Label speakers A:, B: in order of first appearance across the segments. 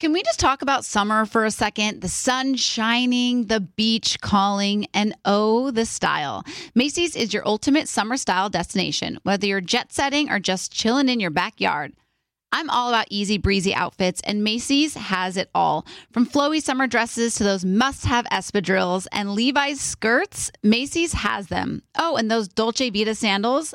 A: Can we just talk about summer for a second? The sun shining, the beach calling, and oh, the style. Macy's is your ultimate summer style destination, whether you're jet setting or just chilling in your backyard. I'm all about easy breezy outfits, and Macy's has it all. From flowy summer dresses to those must have espadrilles and Levi's skirts, Macy's has them. Oh, and those Dolce Vita sandals,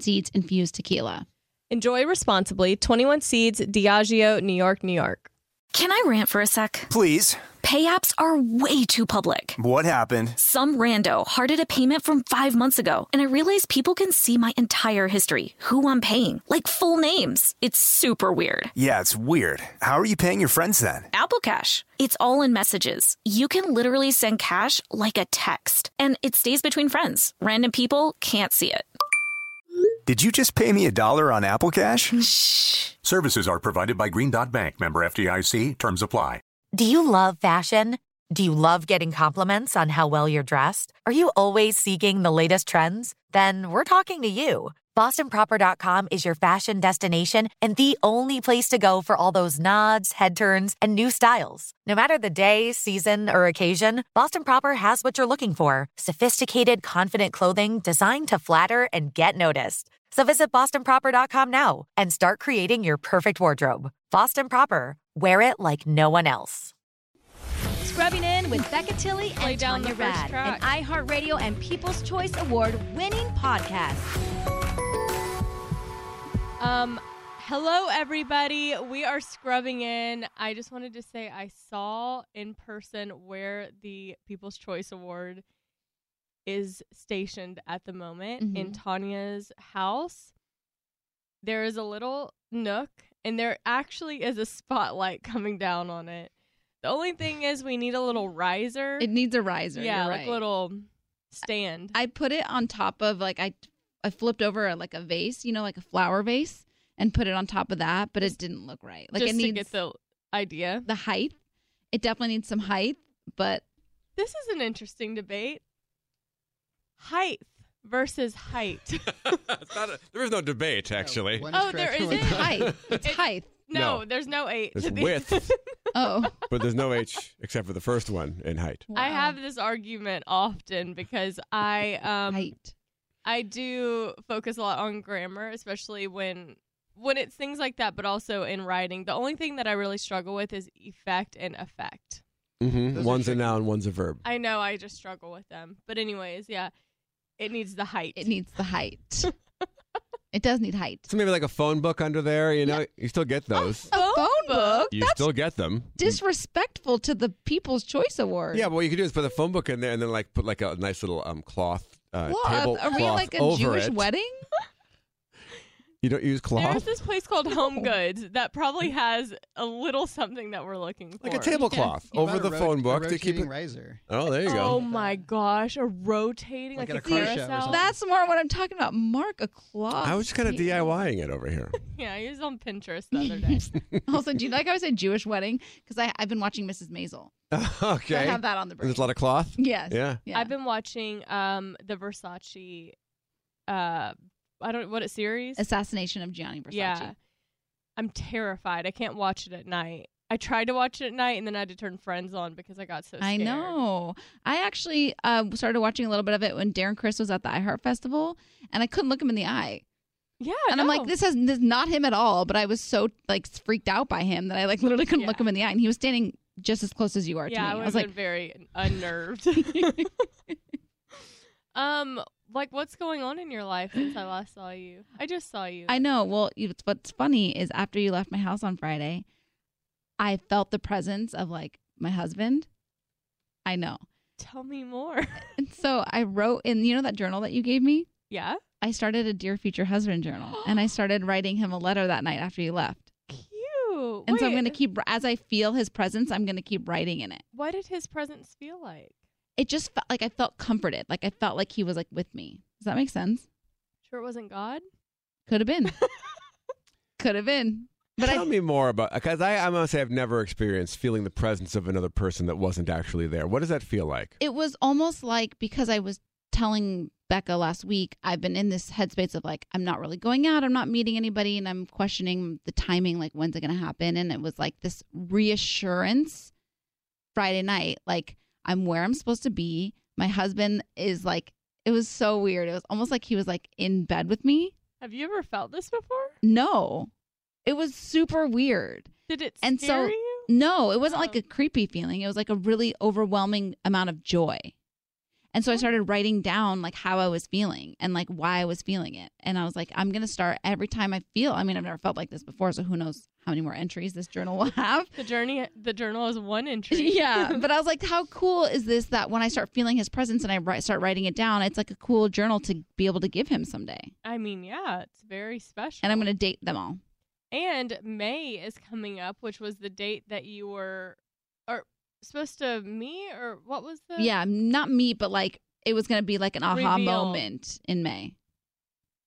A: Seeds infused tequila.
B: Enjoy responsibly. 21 Seeds, Diageo, New York, New York.
C: Can I rant for a sec?
D: Please,
C: Pay apps are way too public.
D: what happened?
C: Some rando hearted a payment from five months ago, and I realized people can see my entire history, who I'm paying, like full names. It's super weird.
D: Yeah, it's weird. How are you paying your friends then?
C: Apple Cash. It's all in messages. You can literally send cash like a text, and it stays between friends. Random people can't see it.
D: Did you just pay me a dollar on Apple Cash?
E: Services are provided by Green Dot Bank, member FDIC. Terms apply.
F: Do you love fashion? Do you love getting compliments on how well you're dressed? Are you always seeking the latest trends? Then we're talking to you. BostonProper.com is your fashion destination and the only place to go for all those nods, head turns, and new styles. No matter the day, season, or occasion, Boston Proper has what you're looking for sophisticated, confident clothing designed to flatter and get noticed. So visit BostonProper.com now and start creating your perfect wardrobe. Boston Proper, wear it like no one else.
G: Scrubbing in with Becca Tilly
B: Play
G: and
B: down the
G: Tanya
B: first
G: Rad, an
B: track.
G: iHeartRadio and People's Choice Award winning podcast.
B: Um, hello, everybody. We are scrubbing in. I just wanted to say I saw in person where the People's Choice Award is stationed at the moment
A: Mm-hmm.
B: in Tanya's house. There is a little nook, and there actually is a spotlight coming down on it. The only thing is, we need a little riser.
A: It needs a riser.
B: yeah,
A: you're
B: like
A: right.
B: a little stand.
A: I put it on top of like I I flipped over a, like a vase, you know, like a flower vase and put it on top of that, but it didn't look right. Like
B: just
A: it needs
B: to get the idea.
A: the height. It definitely needs some height, but
B: This is an interesting debate. Height versus height.
H: It's not a- there is no debate, actually.
I: One
B: Oh,
I: correct
B: there
I: to
B: isn't?
I: another.
A: height. It's
B: It-
A: height.
B: no,
H: No.
B: there's no eight.
H: There's
B: to the-
H: width.
A: Oh.
H: but there's no H except for the first one in height.
B: I
A: Wow.
B: have this argument often because I um
A: height.
B: I do focus a lot on grammar, especially when when it's things like that, but also in writing. The only thing that I really struggle with is effect and effect.
I: Those
H: Mm-hmm.
I: are
H: One's a
I: tricky.
H: noun, one's a verb.
B: I know I just struggle with them. But anyways, yeah. It needs the height.
A: It needs the height. it does need height.
H: So maybe like a phone book under there. You know, you still get those.
A: A phone, book?
H: you
A: Oh, That's
H: still get them.
A: disrespectful to the People's Choice Award.
H: Yeah, but what you could do is put the phone book in there and then like put like a nice little um cloth. Uh,
A: Cloth.
H: table
A: Are we
H: cloth
A: like a
H: over
A: Jewish
H: it.
A: wedding?
H: You don't
B: There's
H: use cloth?
B: this place called Home Goods that probably has a little something that we're looking for.
H: Like a tablecloth
I: What
H: over
I: about
H: the
I: a ro-
H: phone
I: a
H: book to keep
I: rotating
H: it.
I: riser.
H: Oh, there you go.
B: Oh my gosh, a rotating
I: Like
B: like,
I: at
B: a
I: a car show or
B: carousel.
I: something.
A: That's more what I'm talking about. Mark a cloth.
H: I was just kind of
A: table.
H: DIYing it over here.
B: yeah, he was on Pinterest the other day.
A: Also, do you like how I said Jewish wedding? Because I've been watching Mrs. Maisel.
H: okay.
A: So I have that on the brain.
H: There's a lot of cloth.
A: Yes.
H: Yeah.
A: yeah.
B: I've been watching um the Versace uh I don't what it series?
A: Assassination of Gianni Versace.
B: Yeah. I'm terrified. I can't watch it at night. I tried to watch it at night and then I had to turn friends on because I got so scared.
A: I know. I actually uh, started watching a little bit of it when Darren Chris was at the iHeart Festival, and I couldn't look him in the eye.
B: Yeah.
A: And I'm like,
B: no.
A: this is this is not him at all. But I was so like freaked out by him that I like literally couldn't look
B: Yeah.
A: him in the eye, and he was standing just as close as you are to
B: Yeah,
A: me.
B: I
A: I
B: would
A: was
B: have
A: like,
B: been very unnerved. um, like what's going on in your life since I last saw you? I just saw you.
A: I know. Well, you- it's- what's funny is after you left my house on Friday, I felt the presence of like my husband. I know.
B: Tell me more.
A: And so I wrote in, you know, that journal that you gave me?
B: yeah.
A: I started a Dear Future Husband journal and I started writing him a letter that night after you left.
B: Cute.
A: And so I'm
B: Wait,
A: going to keep, as I feel his presence, I'm going to keep writing in it.
B: What did his presence feel like?
A: It just felt like I felt comforted. Like I felt like he was like with me. Does that make sense?
B: Sure, it wasn't God.
A: Could have been. Could have been. But
H: Tell
A: I,
H: me more about because I, I must say I've never experienced feeling the presence of another person that wasn't actually there. What does that feel like?
A: it was almost like because I was telling Becca last week, I've been in this headspace of like, I'm not really going out, I'm not meeting anybody, and I'm questioning the timing, like, when's it going to happen? And it was like this reassurance Friday night, like, I'm where I'm supposed to be. My husband is like, it was so weird. It was almost like he was like in bed with me.
B: Have you ever felt this before?
A: No, it was super weird.
B: Did it
A: And so-
B: scare you?
A: No, it wasn't like
B: Oh.
A: a creepy feeling. It was like a really overwhelming amount of joy. And so I started writing down like how I was feeling and like why I was feeling it. And I was like, I'm going to start every time I feel. I mean, I've never felt like this before. So who knows how many more entries this journal will have.
B: The journey, the journal is one entry.
A: yeah. But I was like, how cool is this that when I start feeling his presence and I write, start writing it down, it's like a cool journal to be able to give him someday.
B: I mean, yeah, it's very special.
A: And I'm going to date them all.
B: And May is coming up, which was the date that you were, or supposed to meet, or what was the?
A: Yeah. Not me, but like it was going to be like an aha
B: Reveal.
A: moment in May.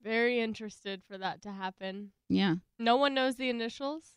B: Very interested for that to happen.
A: Yeah.
B: No one knows the initials.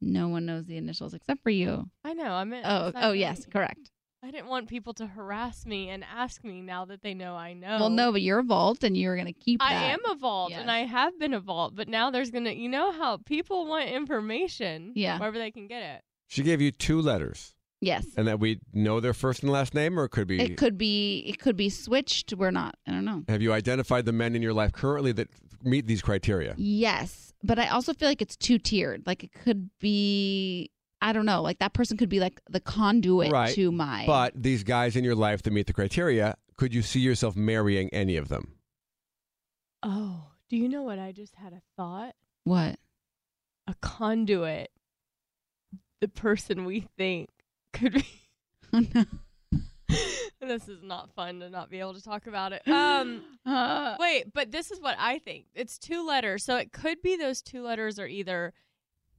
A: No one knows the initials except for you.
B: I know. I meant.
A: Oh,
B: besides
A: oh yes,
B: me.
A: correct.
B: I didn't want people to harass me and ask me now that they know I know.
A: Well, no, but you're evolved, and you're gonna keep.
B: I
A: that.
B: am a vault,
A: Yes.
B: and I have been a vault, but now there's gonna. You know how people want information.
A: Yeah.
B: Wherever they can get it.
H: She gave you two letters,
A: Yes,
H: and that we know their first and last name, or it could be.
A: it could be. It could be switched. We're not. I don't know.
H: Have you identified the men in your life currently that meet these criteria?
A: Yes, but I also feel like it's two tiered. Like it could be. I don't know. Like that person could be like the conduit
H: Right,
A: to my.
H: But these guys in your life that meet the criteria, could you see yourself marrying any of them?
B: Oh, do you know what? I just had a thought.
A: what?
B: a conduit, the person we think could be.
A: Oh, no.
B: this is not fun to not be able to talk about it. Um,
A: Uh,
B: wait, but this is what I think. It's two letters, so it could be those two letters are either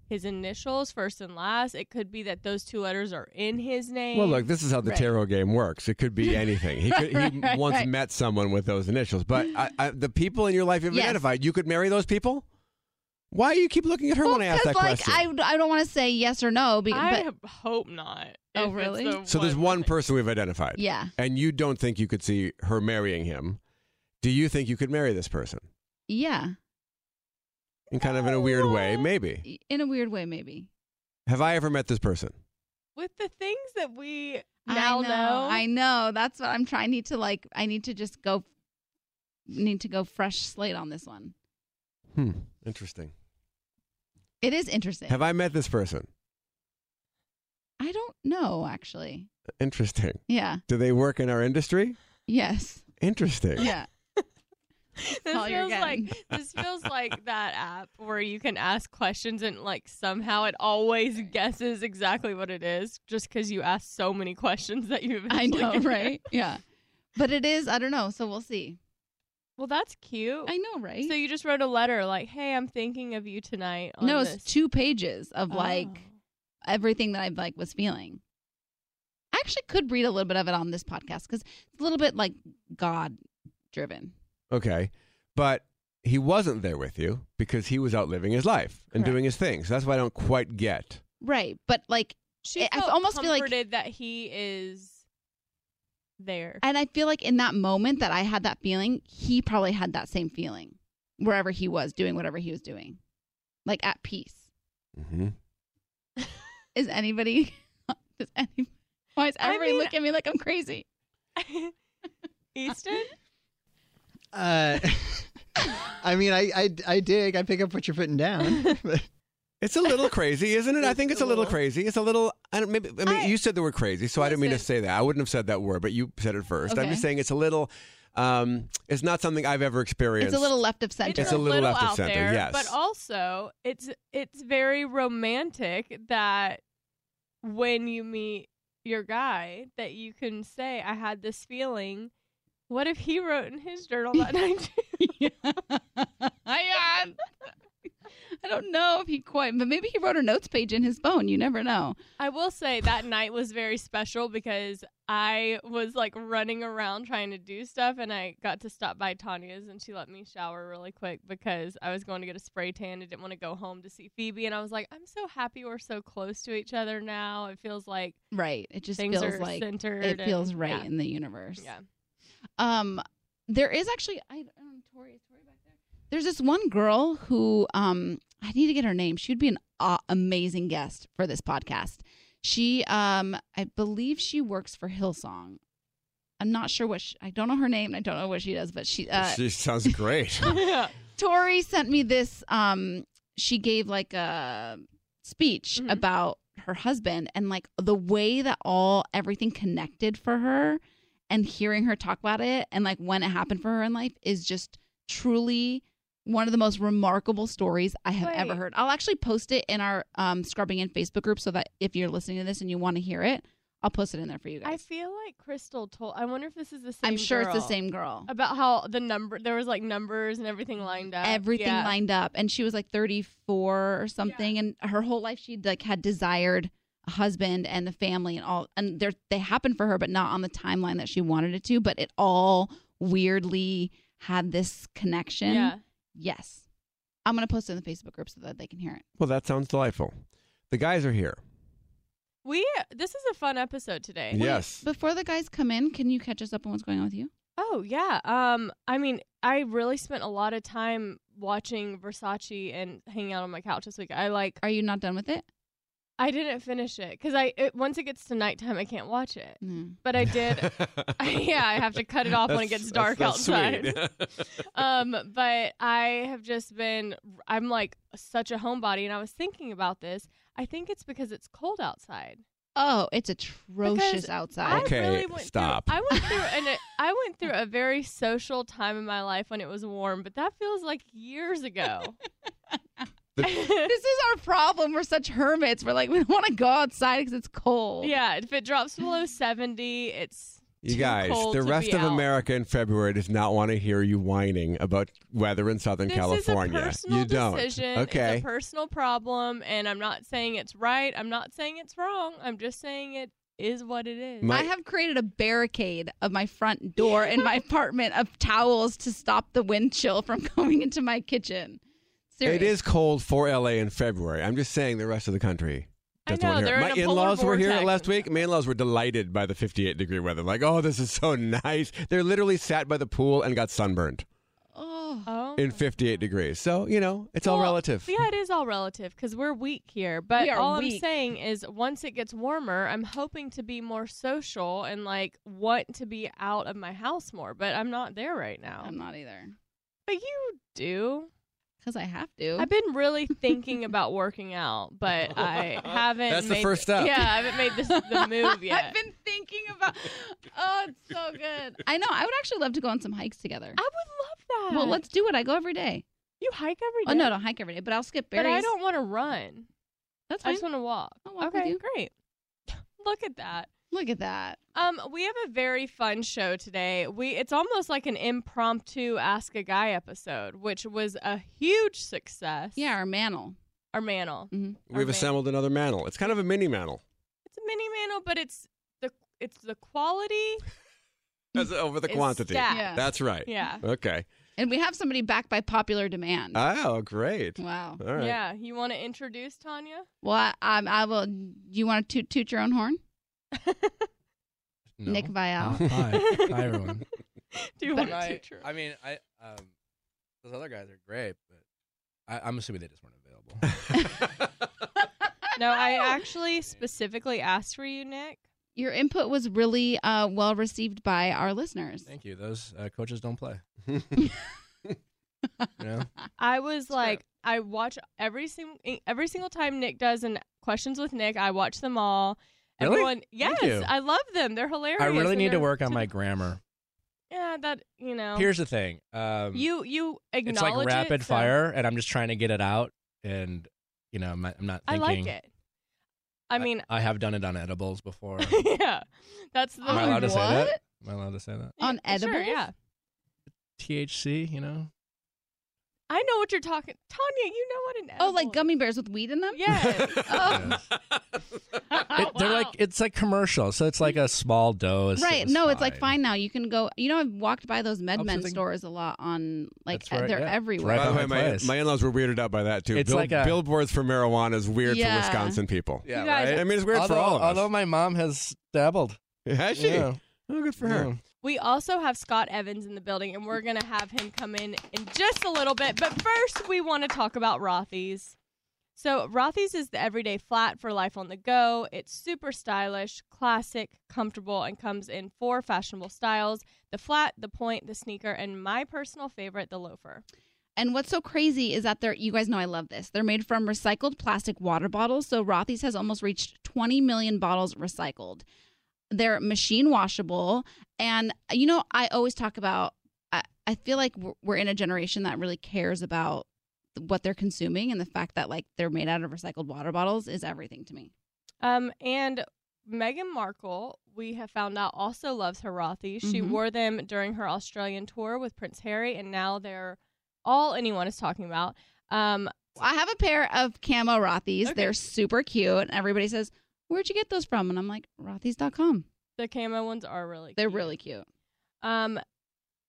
B: his initials, first and last. It could be that those two letters are in his name.
H: Well, look, this is how the
A: Right.
H: tarot game works. It could be anything. He, could,
A: Right,
H: he
A: right,
H: once
A: right.
H: met someone with those initials, but I, I, the people in your life you've
A: Yes.
H: identified, you could marry those people. Why do you keep looking at her
A: well,
H: when I ask
A: 'cause,
H: that
A: like
H: question?
A: I, I don't want to say yes or no, be-
B: I
A: but
B: h- hope not.
A: Oh,
B: if it's
A: really?
B: the
H: so there's one
B: we think.
H: person we've identified,
A: yeah,
H: and you don't think you could see her marrying him. Do you think you could marry this person
A: yeah,
H: in kind of
A: Uh,
H: in a weird way? Maybe.
A: in a weird way, maybe.
H: Have I ever met this person?
B: with the things that we
A: I
B: now
A: I know. That's what I'm trying. I need to like. I need to just go. Need to go fresh slate on this one.
H: Hmm. Interesting.
A: It is interesting.
H: Have I met this person?
A: I don't know actually.
H: Interesting.
A: Yeah.
H: Do they work in our industry?
A: Yes.
H: Interesting.
A: Yeah.
B: this
A: all you're
B: feels like
A: getting.
B: this feels like that app where you can ask questions and like somehow it always guesses exactly what it is just because you asked so many questions that you
A: I
B: eventually
A: know,
B: get there.
A: right? Yeah. But it is. I don't know. So we'll see.
B: well that's cute
A: I know, right?
B: so you just wrote a letter like hey i'm thinking of you tonight on
A: no, it's
B: this."
A: two pages of
B: Oh.
A: like everything that I like was feeling. I actually could read a little bit of it on this podcast because it's a little bit like God driven.
H: Okay. But he wasn't there with you because he was out living his life and
A: Correct.
H: doing his thing. So that's why I don't quite get.
A: Right. But like
B: she
A: I
B: felt
A: almost feel like-
B: comforted that he is there
A: And I feel like in that moment that I had that feeling, he probably had that same feeling wherever he was doing whatever he was doing, like at peace.
H: Mm-hmm.
A: Is anybody, does any, why is
B: I
A: everybody
B: mean-
A: looking at me like I'm crazy?
B: easton
I: Uh, I mean, I, I, I dig. I pick up what you're putting down. But
H: It's a little crazy, isn't it? I think it's a little crazy. It's a little. I don't, maybe I mean,
B: I-
H: you said the word crazy, so I didn't mean to say that. I wouldn't have said that word, but you said it first. I'm
A: Okay.
H: just saying it's a little. Um, it's not something I've ever experienced.
A: It's a
B: uh,
A: little left of center.
H: It's a little left of
B: out
H: center,
B: there,
H: yes.
B: but also it's it's very romantic that when you meet your guy, that you can say, "I had this feeling." What if he wrote in his journal that night?
A: I, uh, I don't know if he quite, but maybe he wrote a notes page in his phone. You never know.
B: I will say that night was very special because I was like running around trying to do stuff, and I got to stop by Tanya's, and she let me shower really quick because I was going to get a spray tan. I didn't want to go home to see Phoebe, and I was like, I'm so happy we're so close to each other now. It feels like
A: Right. It just
B: Things
A: feels
B: are
A: like
B: centered
A: it feels
B: and-
A: right
B: yeah.
A: in the universe.
B: yeah,
A: Um, there is actually I don't know Tori is Tori back there. There's this one girl who um I need to get her name. She would be an uh, amazing guest for this podcast. She um I believe she works for Hillsong. I'm not sure what she, I don't know her name. and I don't know what she does, but she uh,
H: She sounds great.
A: Tori sent me this. Um, she gave like a speech
B: Mhm.
A: about her husband and like the way that all everything connected for her, and hearing her talk about it and like when it happened for her in life is just truly one of the most remarkable stories I have ever
B: Wait.
A: heard. I'll actually post it in our um, scrubbing in Facebook group so that if you're listening to this and you want to hear it, I'll post it in there for you
B: I
A: guys.
B: feel like Crystal told. I wonder if this is the same.
A: I'm sure it's the
B: girl.
A: same girl.
B: about how the number there was like numbers and everything lined up.
A: everything
B: Yeah.
A: lined up and she was like 34 or something and her whole life she like had desired a husband and a family and all and they they happened for her but not on the timeline that she wanted it to but it all weirdly had this connection
B: Yeah.
A: yes i'm going to post it in the facebook group so that they can hear it
H: well, that sounds delightful. The guys are here.
B: We this is a fun episode today.
H: Yes.
A: before the guys come in can you catch us up on what's going on with you
B: Oh yeah. Um I mean, I really spent a lot of time watching Versace and hanging out on my couch this week. I like
A: are you not done with it
B: I didn't finish it cuz I it, once it gets to nighttime I can't watch it.
A: no.
B: But I did Yeah, I have to cut it off when it
H: That's-
B: gets dark
H: that's- that's sweet.
B: um but I have just been I'm like such a homebody and I was thinking about this. I think it's because it's cold outside.
A: oh it's atrocious
B: Because
A: outside
H: Okay,
B: I really went
H: stop.
B: Through, I went through an I went through a very social time in my life when it was warm, but that feels like years ago.
A: this is our problem we're such hermits we're like we don't want to go outside because it's cold
B: yeah, if it drops below seventy, it's
H: You
B: too
H: guys,
B: cold
H: the
B: to
H: rest
B: be
H: of
B: out.
H: America in February does not want to hear you whining about weather in Southern
B: This
H: California.
B: is a personal
H: you don't.
B: decision.
H: Okay.
B: It's a personal problem, and I'm not saying it's right. I'm not saying it's wrong. I'm just saying it is what it is.
H: My-
A: I have created a barricade of my front door in my apartment of towels to stop the wind chill from going into my kitchen. Serious.
H: It is cold for LA in February. I'm just saying the rest of the country.
B: I
H: doesn't
B: know,
H: want to hear it.
B: they're in
H: My
B: a polar
H: in-laws were here
B: vortex.
H: last week. My in-laws were delighted by the 58 degree weather. Like, oh, this is so nice. They literally sat by the pool and got sunburned
A: Oh,
B: oh,
H: in 58 degrees. So you know, it's all
B: Well,
H: relative.
B: Yeah, it is all relative because we're weak here. But
A: We are
B: all I'm
A: weak.
B: saying is, once it gets warmer, I'm hoping to be more social and like want to be out of my house more. But I'm not there right now.
A: I'm not either
B: But you do.
A: because I have to.
B: I've been really thinking about working out, but I haven't.
H: That's the
B: made-
H: first step.
B: Yeah, I haven't made this the move yet.
A: I've been thinking about. Oh, it's so good. I know. I would actually love to go on some hikes together.
B: I would love that.
A: Well, let's do it. I go every day.
B: You hike every day.
A: Oh no, I don't hike every day, but I'll skip
B: but
A: berries.
B: I don't want to run.
A: That's
B: I
A: fine.
B: just want to walk.
A: I'll walk with
B: okay,
A: you.
B: great. Look at that.
A: Look at that.
B: Um, we have a very fun show today. We it's almost like an impromptu ask a guy episode, which was a huge success.
A: Yeah, our mantle.
B: our mantle.
A: Mhm.
H: We've
B: Our
H: assembled another mantle. It's kind of a mini mantle.
B: man- It's a mini mantle, but it's the it's the quality.
H: That's over the
B: It's
H: quantity.
B: stacked.
A: Yeah.
H: That's right.
B: Yeah,
H: Okay.
A: And we have somebody back by popular demand.
H: Oh, great.
A: wow.
H: All right.
B: yeah. You want to introduce Tanya?
A: Well, I, I, I will. You want to toot, toot your own horn, Nick Vial?
J: hi, hi everyone.
B: Do you want to? toot your-
J: I mean, I um, those other guys are great, but I, I'm assuming they just weren't available.
B: No, I actually specifically asked for you, Nick.
A: your input was really uh, well received by our listeners.
J: Thank you. Those uh, coaches don't play. You know?
B: I was like, I watch every single every single time Nick does an questions with Nick. I watch them all.
J: Really?
B: Everyone, yes,
J: Thank you.
B: I love them. They're hilarious.
J: I really
B: and
J: need to
B: they're
J: work on
B: to
J: my
B: the-
J: grammar.
B: Yeah, that you know.
J: Here's the thing. Um,
B: you you
J: it's
B: acknowledge
J: like rapid
B: it, so-
J: fire, and I'm just trying to get it out, and you know, I'm not, I'm not
B: I
J: thinking.
B: like it. I mean,
J: I, have done it on edibles before. Am
B: yeah, that's the.
J: I allowed to say that?
A: What?
J: Am I allowed to say that?
A: On
B: Yeah, sure,
A: edibles?
B: yeah.
J: THC, you know.
B: I know what you're talking. Tanya, you know what an edible
A: Oh, like gummy bears with weed in them?
B: Yes.
A: Oh,
J: It, They're like it's like commercial, so it's like a small dose.
A: right.
J: It's
A: No, it's like
J: fine.
A: fine now. You can go. You know, I've walked by those
J: Helps
A: MedMen
J: with the-
A: stores a lot on like
J: That's right,
A: they're
J: yeah. It's
A: everywhere.
J: right
H: By the way,
J: behind my
H: my,
J: place.
H: my in-laws were weirded out by that too.
J: It's like a-
H: billboards for marijuana is weird
A: Yeah.
H: for Wisconsin people.
J: Yeah,
B: You guys-
H: I mean, it's weird
J: although,
H: for all of us.
J: although my mom has dabbled.
H: Has she?
J: Yeah.
H: Oh, good for her.
J: Yeah.
B: We also have Scott Evans in the building, and we're going to have him come in in just a little bit. But first, we want to talk about Rothy's. So, Rothy's is the everyday flat for life on the go. It's super stylish, classic, comfortable, and comes in four fashionable styles the flat, the point, the sneaker, and my personal favorite, the loafer.
A: And what's so crazy is that they're, you guys know I love this. They're made from recycled plastic water bottles. So Rothy's has almost reached 20 million bottles recycled. They're machine washable. And, you know, I always talk about, I, I feel like we're, we're in a generation that really cares about what they're consuming. And the fact that, like, they're made out of recycled water bottles is everything to me.
B: Um, and Meghan Markle, we have found out, also loves her Rothy's. She
A: Mhm.
B: wore them during her Australian tour with Prince Harry, and now they're all anyone is talking about. Um,
A: I have a pair of camo Rothy's.
B: Okay.
A: They're super cute. And everybody says, Where'd you get those from? And I'm like, Rothy's.com.
B: the camo ones are really
A: They're
B: cute.
A: really cute.
B: Um,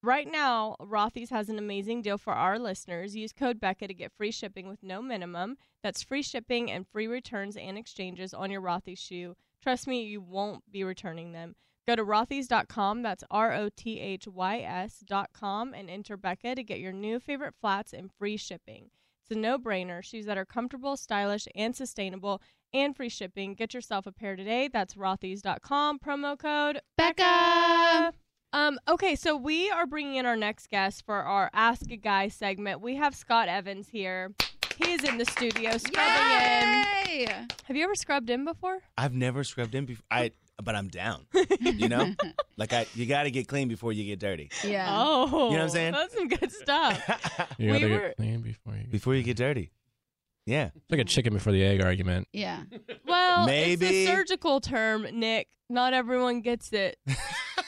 B: right now, Rothy's has an amazing deal for our listeners. Use code Becca to get free shipping with no minimum. That's free shipping and free returns and exchanges on your Rothy's shoe. Trust me, you won't be returning them. Go to rothys.com, that's R O T H Y S.com, and enter Becca to get your new favorite flats and free shipping. It's a no brainer. Shoes that are comfortable, stylish, and sustainable, and free shipping. Get yourself a pair today. That's rothys.com, promo code
A: Becca!
B: um, okay, so we are bringing in our next guest for our Ask a Guy segment. We have Scott Evans here. He is in the studio scrubbing in.
A: Yay!
B: Have you ever scrubbed in before?
K: I've never scrubbed in before. I but I'm down. You know, like I you got to get clean before you get dirty.
A: Yeah.
B: Oh,
K: You know what I'm saying?
B: That's some good stuff.
J: You
B: We
J: gotta
B: were-
J: get clean before you.
K: before you get dirty. Yeah.
J: It's like a chicken before the egg argument.
A: Yeah.
B: Well, it's a
K: Maybe.
B: surgical term, Nick. Not everyone gets it.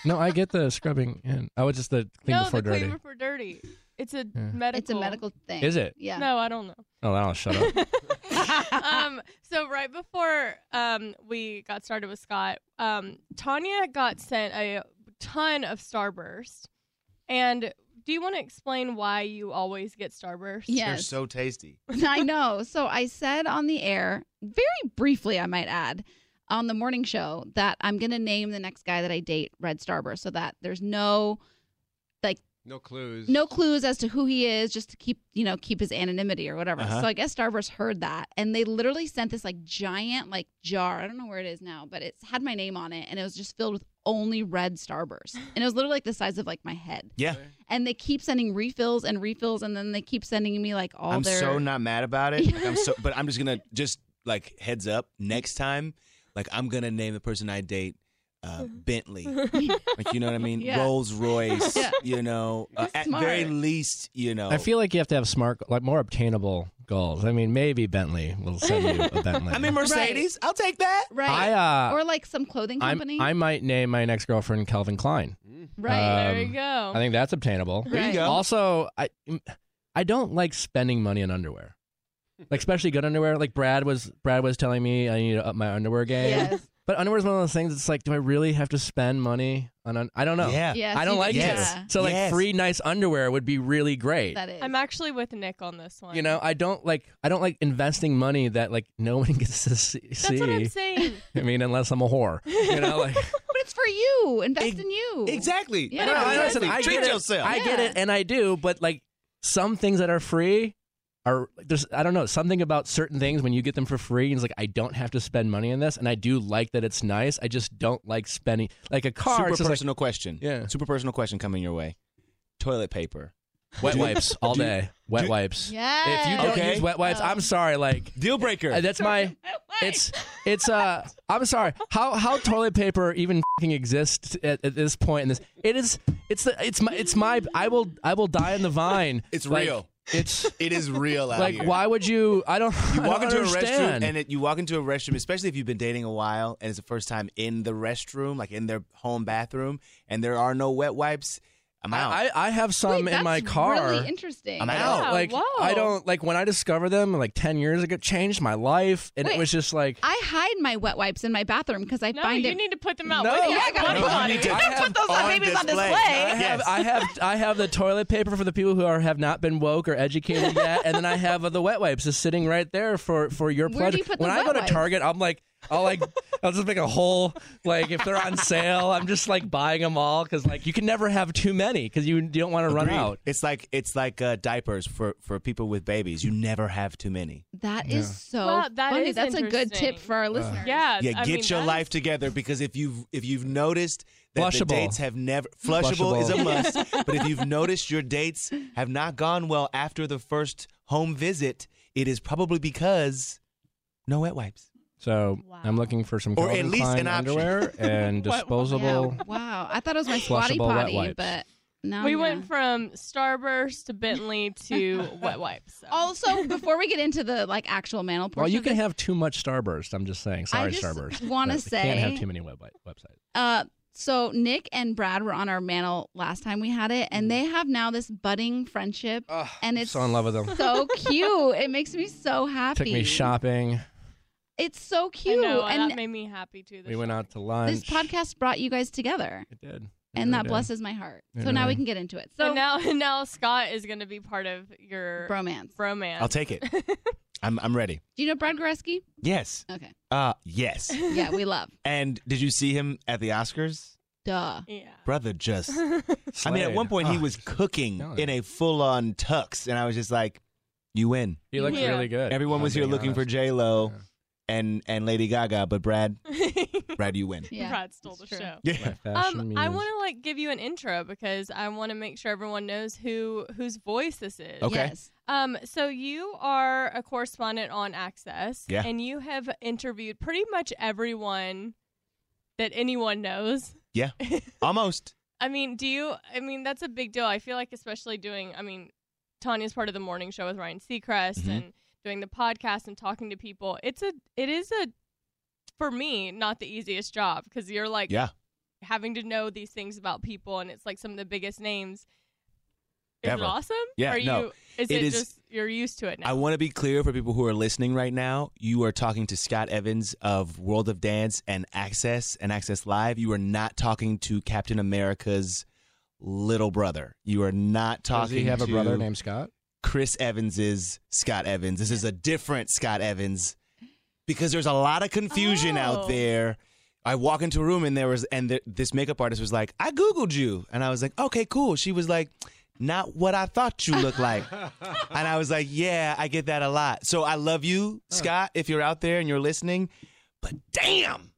J: No, I get the scrubbing in. Oh, it's just the clean
B: no,
J: before
B: the
J: dirty.
B: clean before dirty. It's a
J: Yeah.
B: medical.
A: It's a medical thing.
J: Is it?
A: Yeah.
B: No, I don't know.
J: oh, I'll shut up.
B: um, so right before um, we got started with Scott, um, Tanya got sent a ton of Starburst. And do you want to explain why you always get Starburst?
K: They're
A: Yes.
K: so tasty.
A: I know. So I said on the air, very briefly, I might add, on the morning show that I'm going to name the next guy that I date Red Starburst so that there's no
H: No clues.
A: no clues as to who he is just to keep, you know, keep his anonymity or whatever.
K: Uh-huh.
A: So I guess Starburst heard that and they literally sent this like giant like jar. I don't know where it is now, but it's had my name on it and it was just filled with only red Starburst. And it was literally like the size of like my head.
K: Yeah.
A: And they keep sending refills and refills and then they keep sending me like all
K: I'm
A: their
K: so not mad about it. Like, I'm so but I'm just going to just like heads up next time like I'm going to name the person I date uh, Bentley. Like you know what I mean?
A: Yeah.
K: Rolls Royce,
A: Yeah.
K: you know, uh, at very
A: Smart.
K: least, you know.
J: I feel like you have to have smart, like more obtainable goals. I mean, maybe Bentley will send you a Bentley.
K: I mean Mercedes. I'll take that.
A: Right.
J: I uh,
A: or like some clothing
J: I'm-
A: company.
J: I might name my next girlfriend Calvin Klein.
A: right.
J: Uh,
B: There you
J: Um,
B: go.
J: I think that's obtainable.
A: There you Right. go.
J: Also, I I don't like spending money on underwear. Like especially good underwear. Like Brad was Brad was telling me I need to up my underwear game.
A: yes.
J: But underwear is one of those things. It's like, do I really have to spend money on? Un- I don't know.
K: Yeah.
A: Yes.
J: I don't
A: you-
J: like
K: Yes.
A: yeah.
J: it. So like
K: Yes.
J: free nice underwear would be really great.
A: That is.
B: I'm actually with Nick on this one.
J: You know, I don't like I don't like investing money that like no one gets to see.
B: that's what I'm saying.
J: I mean, unless I'm a whore. You know, like
A: but it's for you. Invest
K: Ig-
A: in you.
K: Exactly.
A: Yeah.
J: No, I know, listen,
K: Exactly.
J: I
K: Treat
J: get it.
K: yourself.
J: I get
A: Yeah.
J: it, and I do. But like some things that are free are there's I don't know something about certain things when you get them for free. And it's like I don't have to spend money on this, and I do like that it's nice. I just don't like spending like a car.
K: Super
J: it's just like,
K: personal question.
J: Yeah.
K: Super personal question coming your way. Toilet paper.
J: Wet
K: Do-
J: wipes all
K: do-
J: day. Wet wipes. If you don't
K: Okay.
J: use wet wipes, I'm sorry. Like uh,
K: deal breaker.
J: that's my. It's it's uh. I'm sorry. How how toilet paper even fing exists at, at this point in this? It is. It's the. It's my. It's my. I will. I will die in the vine.
K: It's
J: Like,
K: real.
J: It's
K: It is real out
J: like
K: here.
J: why would you? I don't.
K: You
J: I
K: walk
J: don't
K: into
J: understand.
K: a restroom and it, you walk into a restroom, especially if you've been dating a while and it's the first time in the restroom, like in their home bathroom, and there are no wet wipes. I'm out.
J: I, I have some in my car.
A: Really interesting.
K: I'm
J: I
K: out.
J: don't, Like I don't like when I discovered them like ten years ago. it Changed my life, and
A: Wait.
J: it was just like
A: I hide my wet wipes in my bathroom because I
B: No,
A: find
B: you
A: it.
B: need to put them out.
J: No.
B: with you.
J: Yeah, I gotta
B: Come
J: put-
B: on.
J: you need to- I
B: Gotta
J: have
B: little
K: on display.
J: I have,
K: Yes.
J: I have I have the toilet paper for the people who are have not been woke or educated yet, and then I have uh, the wet wipes just sitting right there for for your
A: Where
J: pleasure.
A: do you put the
J: when I
A: wet
J: go to
A: wipes?
J: Target, I'm like I'll like I'll just make a whole like if they're on sale, I'm just like buying them all because like you can never have too many because you, you don't want to run
K: Agreed.
J: out.
K: It's like it's like uh, diapers for for people with babies. You never have too many.
A: That is so
B: Wow, that
A: funny.
B: is
A: That's a good tip
B: interesting.
A: for
J: Uh,
A: our listeners.
B: Yeah.
K: Uh, Yeah,
B: I
K: get
B: mean,
K: your
B: that
K: life together because if you've if you've noticed that the
J: Flushable.
K: dates have never flushable, is a
J: Flushable.
K: must, but if you've noticed your dates have not gone well after the first home visit, it is probably because no wet wipes.
J: So I'm looking for some
K: Or
J: Calvin
K: at least
J: Klein
K: an option.
J: underwear and
B: Wet-
J: disposable.
A: Yeah, Wow. I thought it was my squatty
J: Flushable wet
A: potty,
J: wipes.
A: but no.
B: We
A: yeah.
B: went from Starburst to Bentley to wet wipes. so.
A: Also, before we get into the like actual mantle portion,
J: Well, you
A: of
J: can
A: this,
J: have too much Starburst. I'm just saying. Sorry,
A: just
J: Starburst.
A: wanna
J: But you can't
A: say-
J: have too many web websites.
A: Uh, so Nick and Brad were on our mantle last time we had it, and they have now this budding friendship, and it's
J: Mm. so in love with them.
A: so cute. It makes me so happy.
J: Took me shopping.
A: It's so
B: I
A: cute,
B: know,
A: and
B: that made me happy too. the
J: We went
B: shopping.
J: out to lunch.
A: this podcast brought you guys together,
J: It did. It
A: and
J: really
A: that
J: did.
A: blesses my heart.
J: It
A: So now we
J: really-
A: can get into it.
B: So
A: So
B: now, now Scott is going to be part of your
A: bromance.
B: bromance.
K: I'll take it. I'm I'm ready.
A: Do you know Brad Goreski?
K: Yes.
A: Okay.
K: Uh yes.
A: Yeah, we love.
K: And did you see him at the Oscars?
A: Duh.
B: Yeah.
K: Brother just I mean at
J: Slade.
K: one point he
J: Oh,
K: was cooking
J: No.
K: in a full-on tux and I was just like you win.
J: He looked
B: Yeah.
J: really good.
K: Everyone
J: if
K: was
J: I'm
K: here
J: being
K: looking for
J: honest.
K: J Lo
J: Yeah.
K: and and Lady Gaga, but Brad, Brad, you win.
A: Yeah.
B: Brad stole the
A: that's true.
B: show.
K: Yeah.
J: My fashion
B: Um, I
J: muse.
B: want to like give you an intro because I want to make sure everyone knows who whose voice this is.
K: Okay.
A: Yes.
B: Um, so you are a correspondent on Access,
K: Yeah.
B: and you have interviewed pretty much everyone that anyone knows.
K: Yeah. Almost.
B: I mean, do you? I mean, that's a big deal. I feel like, especially doing. I mean, Tanya's part of the morning show with Ryan Seacrest
K: Mhm.
B: and doing the podcast and talking to people. It's a. It is a. For me, not the easiest job because you're like
K: Yeah.
B: having to know these things about people, and it's like some of the biggest names. Is
K: Ever.
B: it awesome?
K: Yeah,
B: Are you?
K: no.
B: Is
K: It
B: it,
K: is-
B: just you're used to it now?
K: I want to be clear for people who are listening right now. You are talking to Scott Evans of World of Dance and Access and Access Live. You are not talking to Captain America's little brother. You are not
J: Does
K: talking
J: he have
K: to
J: a brother named Scott?
K: Chris Evans's Scott Evans. This is a different Scott Evans because there's a lot of confusion
B: Oh.
K: out there. I walk into a room and there was and th- this makeup artist was like, "I googled you." And I was like, "Okay, cool." She was like, "Not what I thought you looked like." and I was like, "Yeah, I get that a lot." So I love you, Scott, if you're out there and you're listening, but damn.